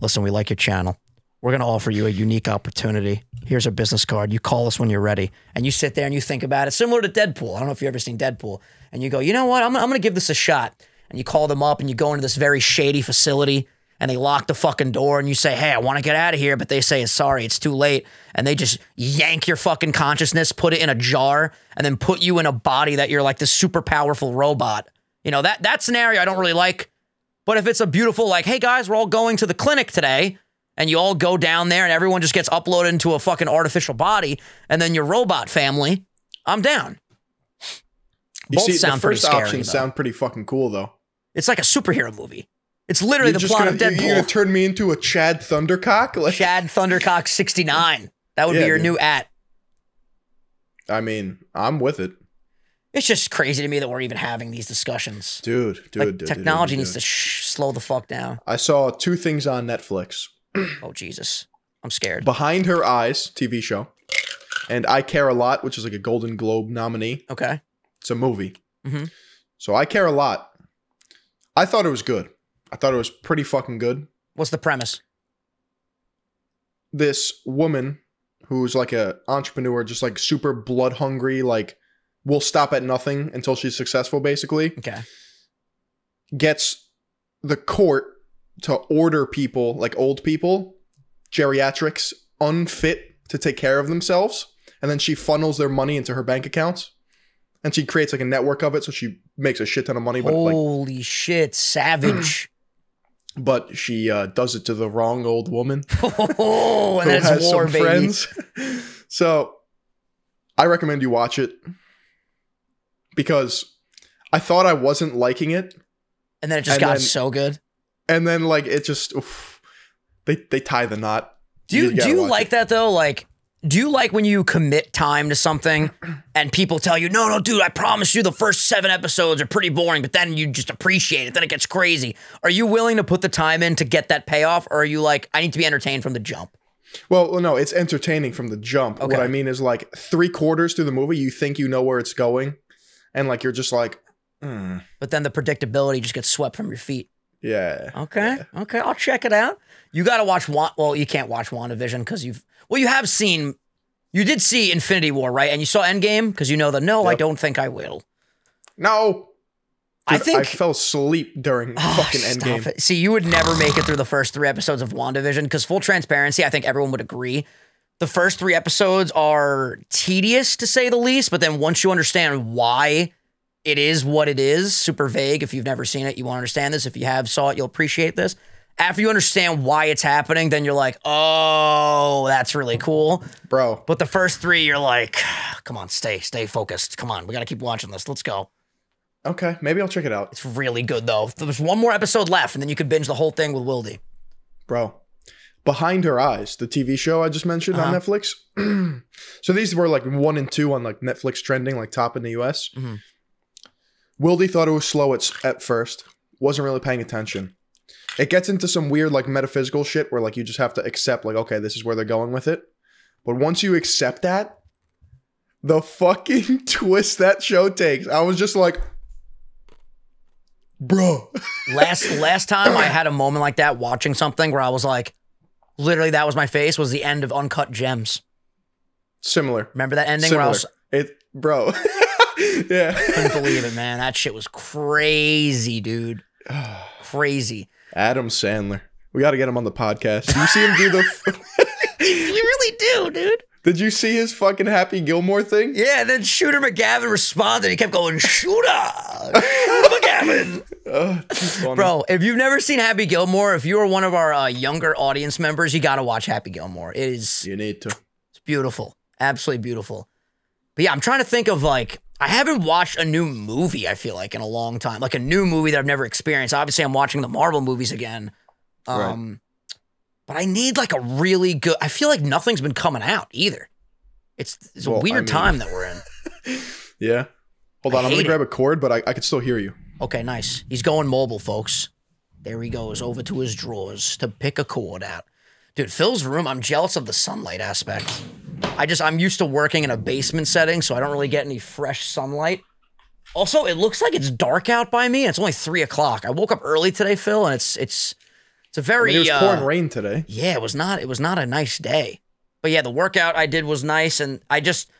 [SPEAKER 1] listen, we like your channel. We're going to offer you a unique opportunity. Here's a business card. You call us when you're ready. And you sit there and you think about it, similar to Deadpool. I don't know if you've ever seen Deadpool. And you go, you know what? I'm, I'm going to give this a shot. And you call them up and you go into this very shady facility and they lock the fucking door and you say, hey, I want to get out of here. But they say, sorry, it's too late. And they just yank your fucking consciousness, put it in a jar, and then put you in a body that you're like this super powerful robot. You know, that, that scenario I don't really like. But if it's a beautiful, like, hey guys, we're all going to the clinic today, and you all go down there and everyone just gets uploaded into a fucking artificial body, and then your robot family, I'm down.
[SPEAKER 2] You
[SPEAKER 1] Both
[SPEAKER 2] see,
[SPEAKER 1] sound
[SPEAKER 2] the first
[SPEAKER 1] pretty scary.
[SPEAKER 2] option
[SPEAKER 1] though.
[SPEAKER 2] sound pretty fucking cool though.
[SPEAKER 1] it's like a superhero movie. It's literally
[SPEAKER 2] You're
[SPEAKER 1] the
[SPEAKER 2] just
[SPEAKER 1] plot
[SPEAKER 2] gonna,
[SPEAKER 1] of Deadpool.
[SPEAKER 2] You're gonna turn me into a Chad Thundercock? Like,
[SPEAKER 1] Chad Thundercock 69. That would
[SPEAKER 2] Yeah,
[SPEAKER 1] be your
[SPEAKER 2] dude.
[SPEAKER 1] new at.
[SPEAKER 2] I mean, I'm with it,
[SPEAKER 1] It's just crazy to me that we're even having these discussions.
[SPEAKER 2] dude. Dude,
[SPEAKER 1] like,
[SPEAKER 2] dude, dude,
[SPEAKER 1] technology
[SPEAKER 2] dude,
[SPEAKER 1] needs to
[SPEAKER 2] dude.
[SPEAKER 1] sh- slow the fuck down.
[SPEAKER 2] I saw two things on Netflix:
[SPEAKER 1] Oh, Jesus. I'm scared.
[SPEAKER 2] Behind Her Eyes TV show, and I Care a Lot, which is like a Golden Globe nominee.
[SPEAKER 1] Okay.
[SPEAKER 2] It's a movie.
[SPEAKER 1] Mhm.
[SPEAKER 2] So I Care a Lot. I thought it was good. I thought it was pretty fucking good.
[SPEAKER 1] What's the premise?
[SPEAKER 2] this woman who's like a entrepreneur, just like super blood hungry, like will stop at nothing until she's successful, basically,
[SPEAKER 1] Okay.
[SPEAKER 2] gets the court to order people, like old people, geriatrics, unfit to take care of themselves. And then she funnels their money into her bank accounts. And she creates like a network of it, so she makes a shit ton of money, but like
[SPEAKER 1] Holy shit. Savage.
[SPEAKER 2] but she uh, does it to the wrong old woman.
[SPEAKER 1] oh, and
[SPEAKER 2] who
[SPEAKER 1] that's
[SPEAKER 2] has
[SPEAKER 1] war,
[SPEAKER 2] some
[SPEAKER 1] baby.
[SPEAKER 2] friends. so I recommend you watch it because I thought I wasn't liking it,
[SPEAKER 1] And then it just
[SPEAKER 2] And
[SPEAKER 1] got
[SPEAKER 2] then-
[SPEAKER 1] so good.
[SPEAKER 2] and then like it just oof, they they tie the knot.
[SPEAKER 1] Do you,
[SPEAKER 2] gotta
[SPEAKER 1] do you
[SPEAKER 2] watch
[SPEAKER 1] like
[SPEAKER 2] it.
[SPEAKER 1] that though? Like, do you like when you commit time to something and people tell you, no, no, dude, I promise you the first seven episodes are pretty boring, but then you just appreciate it. Then it gets crazy. Are you willing to put the time in to get that payoff? Or are you like, I need to be entertained from the jump?
[SPEAKER 2] Well, well, no, it's entertaining from the jump.
[SPEAKER 1] Okay.
[SPEAKER 2] What I mean is like three quarters through the movie, you think you know where it's going, and like you're just like, "Hmm,
[SPEAKER 1] But then the predictability just gets swept from your feet.
[SPEAKER 2] yeah.
[SPEAKER 1] Okay. Okay. I'll check it out. You got to watch Wan. Well, you can't watch WandaVision because you've, well, you have seen, you did see Infinity War, right? And you saw Endgame because you know that, no, I
[SPEAKER 2] Yep.
[SPEAKER 1] don't think I will.
[SPEAKER 2] No,
[SPEAKER 1] I
[SPEAKER 2] Dude,
[SPEAKER 1] think
[SPEAKER 2] I fell asleep during fucking
[SPEAKER 1] stop
[SPEAKER 2] Endgame.
[SPEAKER 1] it. See, you would never make it through the first three episodes of WandaVision because, full transparency, I think everyone would agree. The first three episodes are tedious to say the least, but then once you understand why it is what it is, super vague. If you've never seen it, you won't understand this. If you have saw it, you'll appreciate this. After you understand why it's happening, then you're like, oh, that's really cool.
[SPEAKER 2] bro.
[SPEAKER 1] But the first three, you're like, come on, stay, stay focused. Come on, we got to keep watching this. Let's go.
[SPEAKER 2] Okay, maybe I'll check it out.
[SPEAKER 1] It's really good though. There's one more episode left, and then you could binge the whole thing with Wildy.
[SPEAKER 2] bro behind her eyes the tv show i just mentioned on
[SPEAKER 1] Uh-huh.
[SPEAKER 2] netflix so these were like one and two on like netflix trending like top in the us
[SPEAKER 1] Mhm.
[SPEAKER 2] wildy thought it was slow at, at first wasn't really paying attention it gets into some weird like metaphysical shit where like you just have to accept like okay this is where they're going with it but once you accept that the fucking twist that show takes i was just like bro
[SPEAKER 1] Last last time I had a moment like that watching something where I was like, literally that was my face was the end of Uncut Gems.
[SPEAKER 2] similar
[SPEAKER 1] Remember that ending where I
[SPEAKER 2] similar
[SPEAKER 1] was
[SPEAKER 2] it bro yeah
[SPEAKER 1] couldn't believe it, man. That shit was crazy, dude. Crazy.
[SPEAKER 2] Adam Sandler. We got to get him on the podcast. Did you see him do the?
[SPEAKER 1] You really do, dude.
[SPEAKER 2] did you see his fucking Happy Gilmore thing?
[SPEAKER 1] Yeah, and then Shooter McGavin responded. He kept going, Shooter, Shooter McGavin.
[SPEAKER 2] Ugh, too funny.
[SPEAKER 1] Bro, if you've never seen Happy Gilmore, if you are one of our uh, younger audience members, you got to watch Happy Gilmore. It is
[SPEAKER 2] you need to.
[SPEAKER 1] It's beautiful. Absolutely beautiful. But yeah, I'm trying to think of like, I haven't watched a new movie, I feel like, in a long time. Like a new movie that I've never experienced. Obviously, I'm watching the Marvel movies again.
[SPEAKER 2] Right.
[SPEAKER 1] Um, But I need like a really good, I feel like nothing's been coming out either. It's, it's a
[SPEAKER 2] Well, I
[SPEAKER 1] weird
[SPEAKER 2] mean-
[SPEAKER 1] time that we're in.
[SPEAKER 2] Yeah. Hold
[SPEAKER 1] I
[SPEAKER 2] on, I'm gonna
[SPEAKER 1] hate it.
[SPEAKER 2] grab a cord, but I, I can still hear you.
[SPEAKER 1] Okay, nice. He's going mobile, folks. There he goes over to his drawers to pick a cord out. Dude, Phil's room, I'm jealous of the sunlight aspect. I just, I'm used to working in a basement setting, so I don't really get any fresh sunlight. Also, it looks like it's dark out by me. and It's only three o'clock. I woke up early today, Phil, and it's, it's, It's a
[SPEAKER 2] I
[SPEAKER 1] very
[SPEAKER 2] mean, it was
[SPEAKER 1] uh,
[SPEAKER 2] pouring rain today.
[SPEAKER 1] yeah, it was not it was not a nice day. But yeah, the workout I did was nice and I just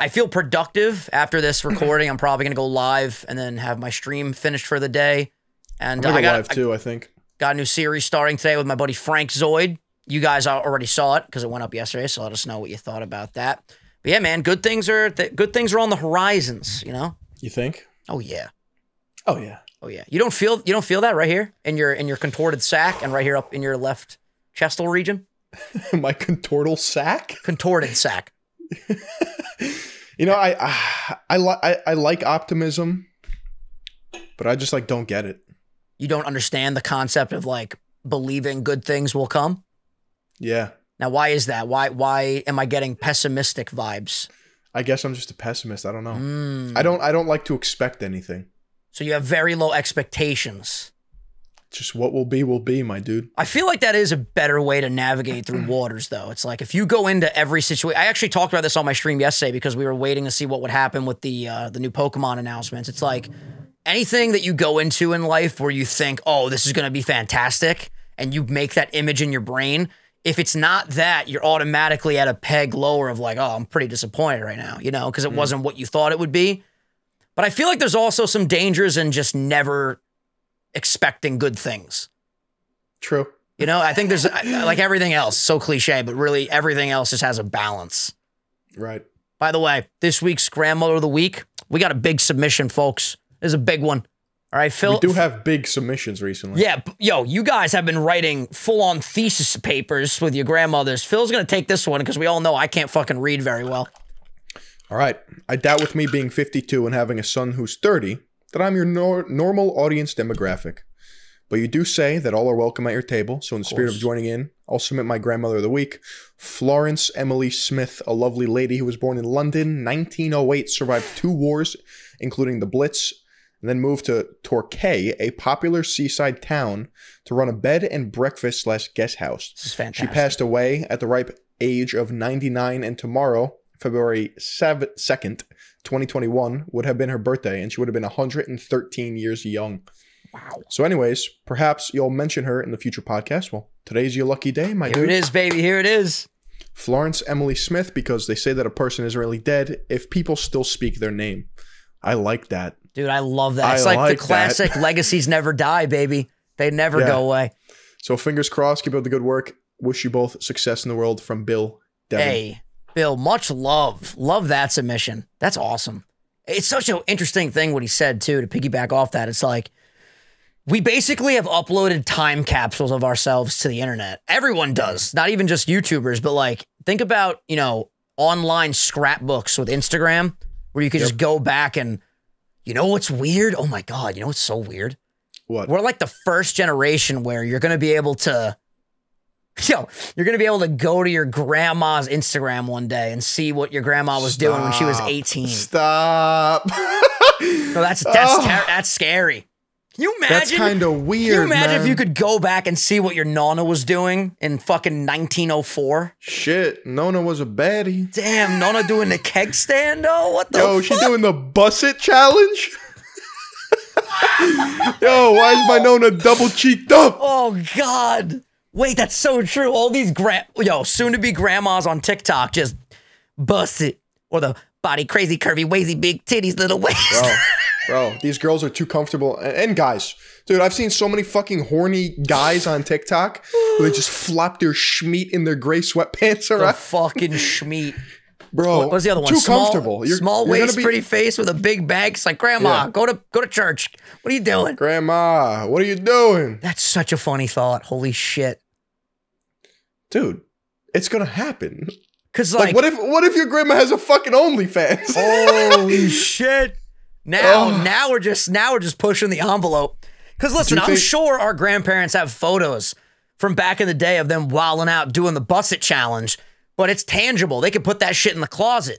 [SPEAKER 1] I feel productive after
[SPEAKER 2] Mm-hmm.
[SPEAKER 1] this recording. I'm probably gonna go live and then have my stream finished for the day. And uh,
[SPEAKER 2] I'm
[SPEAKER 1] I
[SPEAKER 2] gonna go
[SPEAKER 1] got
[SPEAKER 2] live too. I think.
[SPEAKER 1] got a new series starting today with my buddy Frank Zoid. You guys al- already saw it because it went up yesterday, so let us know what you thought about that. But yeah, man, good things are th- good things are on the horizons. You know?
[SPEAKER 2] You think?
[SPEAKER 1] Oh yeah,
[SPEAKER 2] Oh yeah.
[SPEAKER 1] oh yeah. You don't feel you don't feel that right here in your in your contorted sack and right here up in your left chestal region.
[SPEAKER 2] My contortal sack.
[SPEAKER 1] Contorted sack.
[SPEAKER 2] You know, I I I, li- I I like optimism, but I just like don't get it.
[SPEAKER 1] You don't understand the concept of like believing good things will come.
[SPEAKER 2] Yeah,
[SPEAKER 1] Now, why is that? Why why am I getting pessimistic vibes?
[SPEAKER 2] I guess I'm just a pessimist. I don't know.
[SPEAKER 1] Mm.
[SPEAKER 2] I don't I don't like to expect anything.
[SPEAKER 1] So you have very low expectations.
[SPEAKER 2] Just what will be will be, my dude.
[SPEAKER 1] I feel like that is a better way to navigate through waters, though. It's like if you go into every situation. I actually talked about this on my stream yesterday because we were waiting to see what would happen with the uh, the new Pokemon announcements. It's like anything that you go into in life where you think, "Oh, this is going to be fantastic," and you make that image in your brain. If it's not that, you're automatically at a peg lower of like, "Oh, I'm pretty disappointed right now," you know, because it wasn't what you thought it would be. But I feel like there's also some dangers in just never expecting good things.
[SPEAKER 2] True.
[SPEAKER 1] You know, I think there's I- I- like everything else, so cliche, but really everything else just has a balance.
[SPEAKER 2] Right.
[SPEAKER 1] By the way, this week's grandmother of the week, we got a big submission, folks. This is a big one. All right, Phil.
[SPEAKER 2] We do have big submissions recently.
[SPEAKER 1] yeah, b- yo, you guys have been writing full-on thesis papers with your grandmothers. Phil's gonna take this one because we all know I can't fucking read very well.
[SPEAKER 2] All right. I doubt with me being 52 and having a son who's 30 that I'm your nor- normal audience demographic. But you do say that all are welcome at your table. So, in the spirit of
[SPEAKER 1] course.
[SPEAKER 2] joining in, I'll submit my grandmother of the week, Florence Emily Smith, a lovely lady who was born in London, 1908, survived two wars, including the Blitz, and then moved to Torquay, a popular seaside town, to run a bed and breakfast slash guest house.
[SPEAKER 1] This is
[SPEAKER 2] She
[SPEAKER 1] fantastic.
[SPEAKER 2] passed away at the ripe age of 99, and tomorrow, February 7th, 2nd, 2021, would have been her birthday, and she would have been 113 years young.
[SPEAKER 1] wow.
[SPEAKER 2] So, anyways, perhaps you'll mention her in the future podcast. Well, today's your lucky day, my
[SPEAKER 1] Here it
[SPEAKER 2] dude.
[SPEAKER 1] is, baby. Here it is.
[SPEAKER 2] Florence Emily Smith, because they say that a person isn't really dead if people still speak their name. I like that.
[SPEAKER 1] Dude, I love that.
[SPEAKER 2] I
[SPEAKER 1] It's like,
[SPEAKER 2] like
[SPEAKER 1] the
[SPEAKER 2] that.
[SPEAKER 1] classic legacies never die, baby. They never
[SPEAKER 2] Yeah.
[SPEAKER 1] go away.
[SPEAKER 2] So, fingers crossed, keep up the good work. Wish you both success in the world from Bill Devin.
[SPEAKER 1] Hey, Bill, much love. Love that submission. That's awesome. It's such an interesting thing what he said, too, to piggyback off that. It's like, we basically have uploaded time capsules of ourselves to the internet. Everyone does, not even just YouTubers, but like, think about, you know, online scrapbooks with Instagram where you could just go back and, you know what's weird? Oh my God, you know what's so weird?
[SPEAKER 2] What?
[SPEAKER 1] we're like the first generation where you're gonna be able to yo, you're gonna be able to go to your grandma's Instagram one day and see what your grandma was doing when she was
[SPEAKER 2] Stop.
[SPEAKER 1] 18.
[SPEAKER 2] Stop.
[SPEAKER 1] No, that's that's
[SPEAKER 2] Oh.
[SPEAKER 1] ter- that's scary. Can you imagine?
[SPEAKER 2] That's kind of
[SPEAKER 1] can
[SPEAKER 2] weird.
[SPEAKER 1] you imagine if
[SPEAKER 2] man.
[SPEAKER 1] you could go back and see what your nana was doing in fucking 1904?
[SPEAKER 2] Shit, Nona was a baddie.
[SPEAKER 1] Damn, nana doing the keg stand? Oh, what the?
[SPEAKER 2] Yo,
[SPEAKER 1] fuck?
[SPEAKER 2] she doing the busset challenge. Yo, why is my Nona double cheeked up?
[SPEAKER 1] Oh God! Wait, that's so true. All these grand, yo, soon to be grandmas on TikTok just bust it or the body crazy curvy wazy big titties little waist.
[SPEAKER 2] Bro, bro, these girls are too comfortable. And, and guys, dude, I've seen so many fucking horny guys on TikTok where they just flop their schmeat in their gray sweatpants
[SPEAKER 1] The
[SPEAKER 2] around.
[SPEAKER 1] fucking schmeat.
[SPEAKER 2] Bro,
[SPEAKER 1] What's the other one?
[SPEAKER 2] Too
[SPEAKER 1] small,
[SPEAKER 2] comfortable. You're,
[SPEAKER 1] small
[SPEAKER 2] you're gonna
[SPEAKER 1] waist,
[SPEAKER 2] be-
[SPEAKER 1] pretty face with a big bag. It's like, Grandma,
[SPEAKER 2] Yeah.
[SPEAKER 1] go to go to church. What are you doing?
[SPEAKER 2] Grandma, what are you doing,
[SPEAKER 1] That's such a funny thought. Holy shit!
[SPEAKER 2] dude? It's gonna happen.
[SPEAKER 1] Cause
[SPEAKER 2] Like,
[SPEAKER 1] like,
[SPEAKER 2] what if what if your grandma has a fucking OnlyFans?
[SPEAKER 1] holy shit! Now,
[SPEAKER 2] Oh.
[SPEAKER 1] now we're just now we're just pushing the envelope. Because listen,
[SPEAKER 2] Do you
[SPEAKER 1] I'm
[SPEAKER 2] think-
[SPEAKER 1] sure our grandparents have photos from back in the day of them wilding out doing the busset challenge, but it's tangible. They can put that shit in the closet.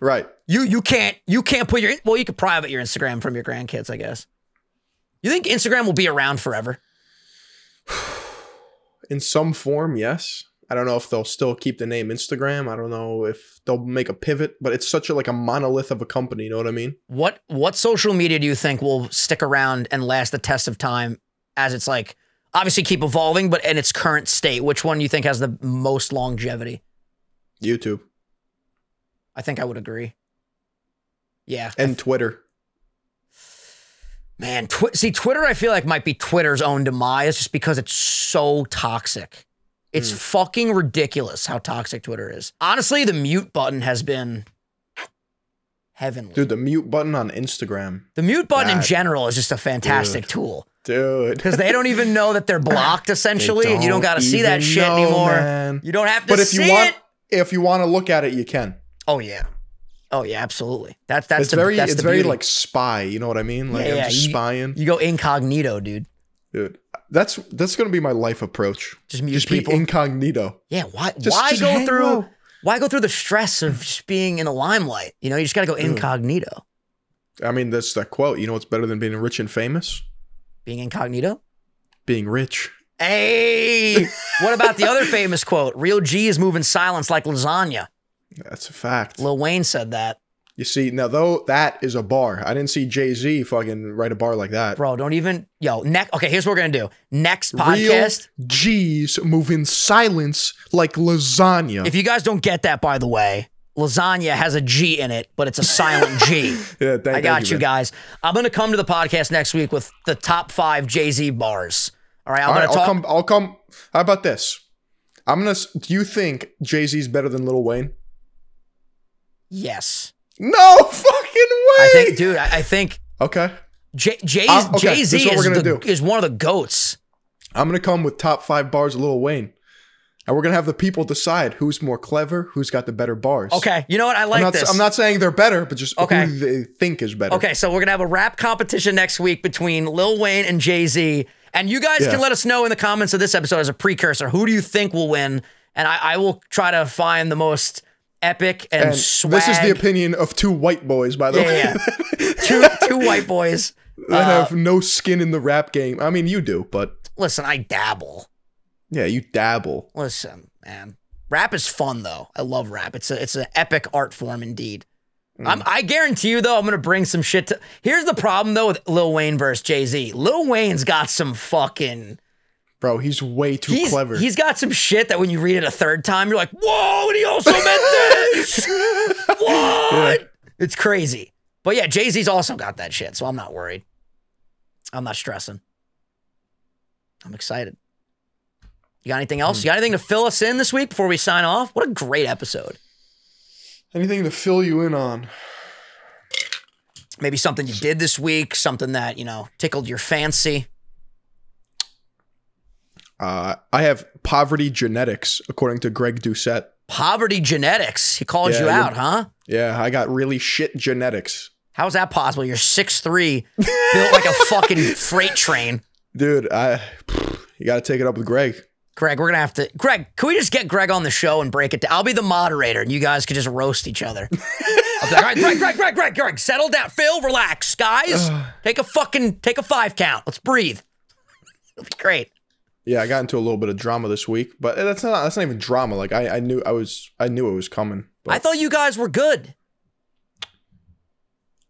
[SPEAKER 2] right.
[SPEAKER 1] You you can't you can't put your well you could private your Instagram from your grandkids, I guess. You think Instagram will be around forever?
[SPEAKER 2] in some form, yes. I don't know if they'll still keep the name Instagram. I don't know if they'll make a pivot, but it's such a like a monolith of a company, you know what I mean?
[SPEAKER 1] What what social media do you think will stick around and last the test of time as it's like obviously keep evolving, but in its current state, which one do you think has the most longevity?
[SPEAKER 2] YouTube
[SPEAKER 1] I think I would agree. Yeah.
[SPEAKER 2] and Twitter.
[SPEAKER 1] Man, tw- see, Twitter, I feel like might be Twitter's own demise just because it's so toxic. It's fucking ridiculous how toxic Twitter is. Honestly, the mute button has been heavenly.
[SPEAKER 2] Dude, the mute button on Instagram.
[SPEAKER 1] the mute button in
[SPEAKER 2] that-
[SPEAKER 1] general is just a fantastic tool
[SPEAKER 2] Dude.
[SPEAKER 1] because they don't even know that they're blocked essentially, and you don't got to see that shit anymore. You don't have to
[SPEAKER 2] But if
[SPEAKER 1] see
[SPEAKER 2] you want
[SPEAKER 1] it.
[SPEAKER 2] if you want to look at it, you can.
[SPEAKER 1] Oh yeah, oh yeah, absolutely. That's that's
[SPEAKER 2] it's
[SPEAKER 1] the,
[SPEAKER 2] very
[SPEAKER 1] that's
[SPEAKER 2] it's
[SPEAKER 1] the
[SPEAKER 2] very
[SPEAKER 1] beauty.
[SPEAKER 2] like spy, you know what I mean? Like
[SPEAKER 1] Yeah,
[SPEAKER 2] I'm
[SPEAKER 1] yeah,
[SPEAKER 2] just spying.
[SPEAKER 1] you go incognito, dude.
[SPEAKER 2] Dude. That's that's gonna be my life approach.
[SPEAKER 1] Just mute
[SPEAKER 2] Just
[SPEAKER 1] people.
[SPEAKER 2] be incognito.
[SPEAKER 1] Yeah, why
[SPEAKER 2] Just-
[SPEAKER 1] why
[SPEAKER 2] just
[SPEAKER 1] go
[SPEAKER 2] hang
[SPEAKER 1] through
[SPEAKER 2] low.
[SPEAKER 1] why go through the stress of just being in the limelight? You know, you just got to go incognito.
[SPEAKER 2] I mean, that's that quote. You know what's better than being rich and famous?
[SPEAKER 1] Being incognito?
[SPEAKER 2] Being rich.
[SPEAKER 1] Hey, what about the other famous quote? Real G is moving silence like lasagna.
[SPEAKER 2] That's a fact.
[SPEAKER 1] Lil Wayne said that.
[SPEAKER 2] You see, now though that is a bar. I didn't see Jay Z fucking write a bar like that.
[SPEAKER 1] Bro, don't even yo, next okay, here's what we're going to do. Next podcast,
[SPEAKER 2] Real G's move in silence like lasagna.
[SPEAKER 1] if you guys don't get that by the way, lasagna has a G in it, but it's a silent G.
[SPEAKER 2] yeah, thank,
[SPEAKER 1] I got you,
[SPEAKER 2] man.
[SPEAKER 1] guys. I'm going to come to the podcast next week with the top 5 Jay-Z bars. All right, I'm
[SPEAKER 2] All
[SPEAKER 1] going
[SPEAKER 2] right,
[SPEAKER 1] to talk
[SPEAKER 2] I'll come. I'll come. How about this? I'm gonna. s- Do you think Jay Z's better than Lil Wayne?
[SPEAKER 1] Yes.
[SPEAKER 2] No fucking way.
[SPEAKER 1] I think, dude. I, I think
[SPEAKER 2] okay,
[SPEAKER 1] Jay Jay
[SPEAKER 2] Uh, okay,
[SPEAKER 1] Jay
[SPEAKER 2] this
[SPEAKER 1] Z
[SPEAKER 2] is what
[SPEAKER 1] is,
[SPEAKER 2] we're gonna
[SPEAKER 1] the-
[SPEAKER 2] do.
[SPEAKER 1] is one of the goats.
[SPEAKER 2] I'm gonna come with top five bars of Lil Wayne, and we're gonna have the people decide who's more clever, who's got the better bars.
[SPEAKER 1] Okay, you know what? I like
[SPEAKER 2] I'm not,
[SPEAKER 1] this.
[SPEAKER 2] I'm not saying they're better, but just
[SPEAKER 1] Okay.
[SPEAKER 2] who they think is better.
[SPEAKER 1] okay, so we're gonna have a rap competition next week between Lil Wayne and Jay Z, and you guys
[SPEAKER 2] Yeah.
[SPEAKER 1] can let us know in the comments of this episode as a precursor who do you think will win, and I, I will try to find the most epic and,
[SPEAKER 2] And
[SPEAKER 1] swag.
[SPEAKER 2] this is the opinion of two white boys, by the
[SPEAKER 1] Yeah,
[SPEAKER 2] way,
[SPEAKER 1] yeah, Uh, yeah. two two white boys.
[SPEAKER 2] that have no skin in the rap game. I mean, you do, but
[SPEAKER 1] Listen, I dabble.
[SPEAKER 2] yeah, you dabble.
[SPEAKER 1] Listen, man. Rap is fun though. I love rap. It's a it's an epic art form indeed.
[SPEAKER 2] Mm.
[SPEAKER 1] I'm, I guarantee you though, I'm gonna bring some shit to. Here's the problem though with Lil Wayne versus Jay Z. Lil Wayne's got some fucking.
[SPEAKER 2] Bro, he's way too
[SPEAKER 1] He's
[SPEAKER 2] clever.
[SPEAKER 1] he's got some shit that when you read it a third time, you're like, whoa! And he also meant this. what? It's crazy. But yeah, Jay Z's also got that shit, so I'm not worried. I'm not stressing. I'm excited. You got anything
[SPEAKER 2] Hmm.
[SPEAKER 1] else? You got anything to fill us in this week before we sign off? What a great episode.
[SPEAKER 2] Anything to fill you in on?
[SPEAKER 1] Maybe something you did this week, something that, you know, tickled your fancy.
[SPEAKER 2] Uh, I have poverty genetics, according to Greg Doucette.
[SPEAKER 1] Poverty genetics. He called
[SPEAKER 2] Yeah,
[SPEAKER 1] you
[SPEAKER 2] you-
[SPEAKER 1] out, huh?
[SPEAKER 2] Yeah, I got really shit genetics.
[SPEAKER 1] How's that possible? You're 6'3, built like a fucking freight train.
[SPEAKER 2] Dude, I you got to take it up with Greg.
[SPEAKER 1] Greg, we're gonna have to. Greg, can we just get Greg on the show and break it down? I'll be the moderator, and you guys can just roast each other. I'll be like, all right, Greg, Greg, Greg, Greg, Greg, settle down, Phil, relax, guys. take a fucking, take a five count. Let's breathe. It'll be great.
[SPEAKER 2] Yeah, I got into a little bit of drama this week, but that's not that's not even drama. Like I, I knew I was I knew it was coming. But
[SPEAKER 1] I thought you guys were good,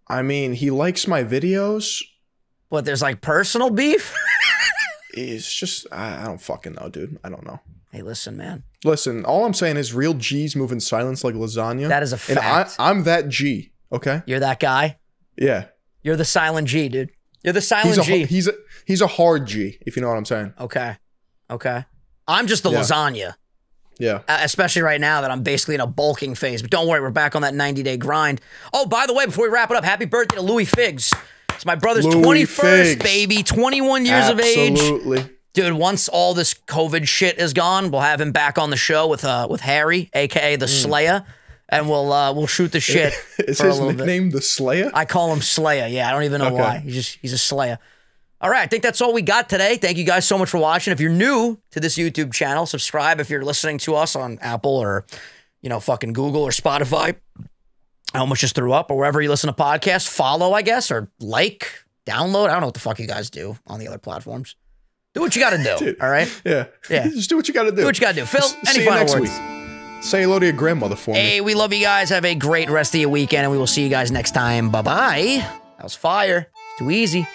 [SPEAKER 2] I mean, he likes my videos.
[SPEAKER 1] but there's like personal beef.
[SPEAKER 2] It's just I, I don't fucking know, dude. I don't know.
[SPEAKER 1] hey, listen, man.
[SPEAKER 2] Listen, all I'm saying is real G's move in silence like lasagna.
[SPEAKER 1] That is a
[SPEAKER 2] and I,
[SPEAKER 1] fact.
[SPEAKER 2] I'm that G. Okay.
[SPEAKER 1] You're that guy.
[SPEAKER 2] Yeah.
[SPEAKER 1] You're the silent G, dude. You're the
[SPEAKER 2] He's
[SPEAKER 1] silent
[SPEAKER 2] a
[SPEAKER 1] G.
[SPEAKER 2] he's a he's a hard G. If you know what I'm saying.
[SPEAKER 1] okay, okay. I'm just the
[SPEAKER 2] Yeah.
[SPEAKER 1] lasagna.
[SPEAKER 2] Yeah.
[SPEAKER 1] uh, especially right now that I'm basically in a bulking phase. But don't worry, we're back on that 90 day grind. Oh, by the way, before we wrap it up, happy birthday to Louis Figs. It's my brother's
[SPEAKER 2] Louis
[SPEAKER 1] 21st,
[SPEAKER 2] Figs.
[SPEAKER 1] baby, 21 years of age.
[SPEAKER 2] Absolutely.
[SPEAKER 1] Dude, once all this COVID shit is gone, we'll have him back on the show with uh with Harry, aka the Slayer, and we'll uh we'll shoot the shit
[SPEAKER 2] Is
[SPEAKER 1] for a
[SPEAKER 2] his
[SPEAKER 1] little bit.
[SPEAKER 2] nickname the Slayer?
[SPEAKER 1] I call him Slayer. Yeah, I don't even know why. He's just he's a Slayer. All right, I think that's all we got today. Thank you guys so much for watching. If you're new to this YouTube channel, subscribe if you're listening to us on Apple or you know fucking Google or Spotify. I almost just threw up or wherever you listen to podcasts. Follow, I guess, or like, download. I don't know what the fuck you guys do on the other platforms. Do what you got to do. all right,
[SPEAKER 2] yeah.
[SPEAKER 1] Yeah.
[SPEAKER 2] Just do what you got to do.
[SPEAKER 1] do what you got to do. Phil,
[SPEAKER 2] S-
[SPEAKER 1] any
[SPEAKER 2] see you
[SPEAKER 1] final
[SPEAKER 2] next
[SPEAKER 1] words?
[SPEAKER 2] week. Say hello to your grandmother for me.
[SPEAKER 1] Hey, we love you guys. Have a great rest of your weekend, and we will see you guys next time. Bye bye. That was fire. It's too easy.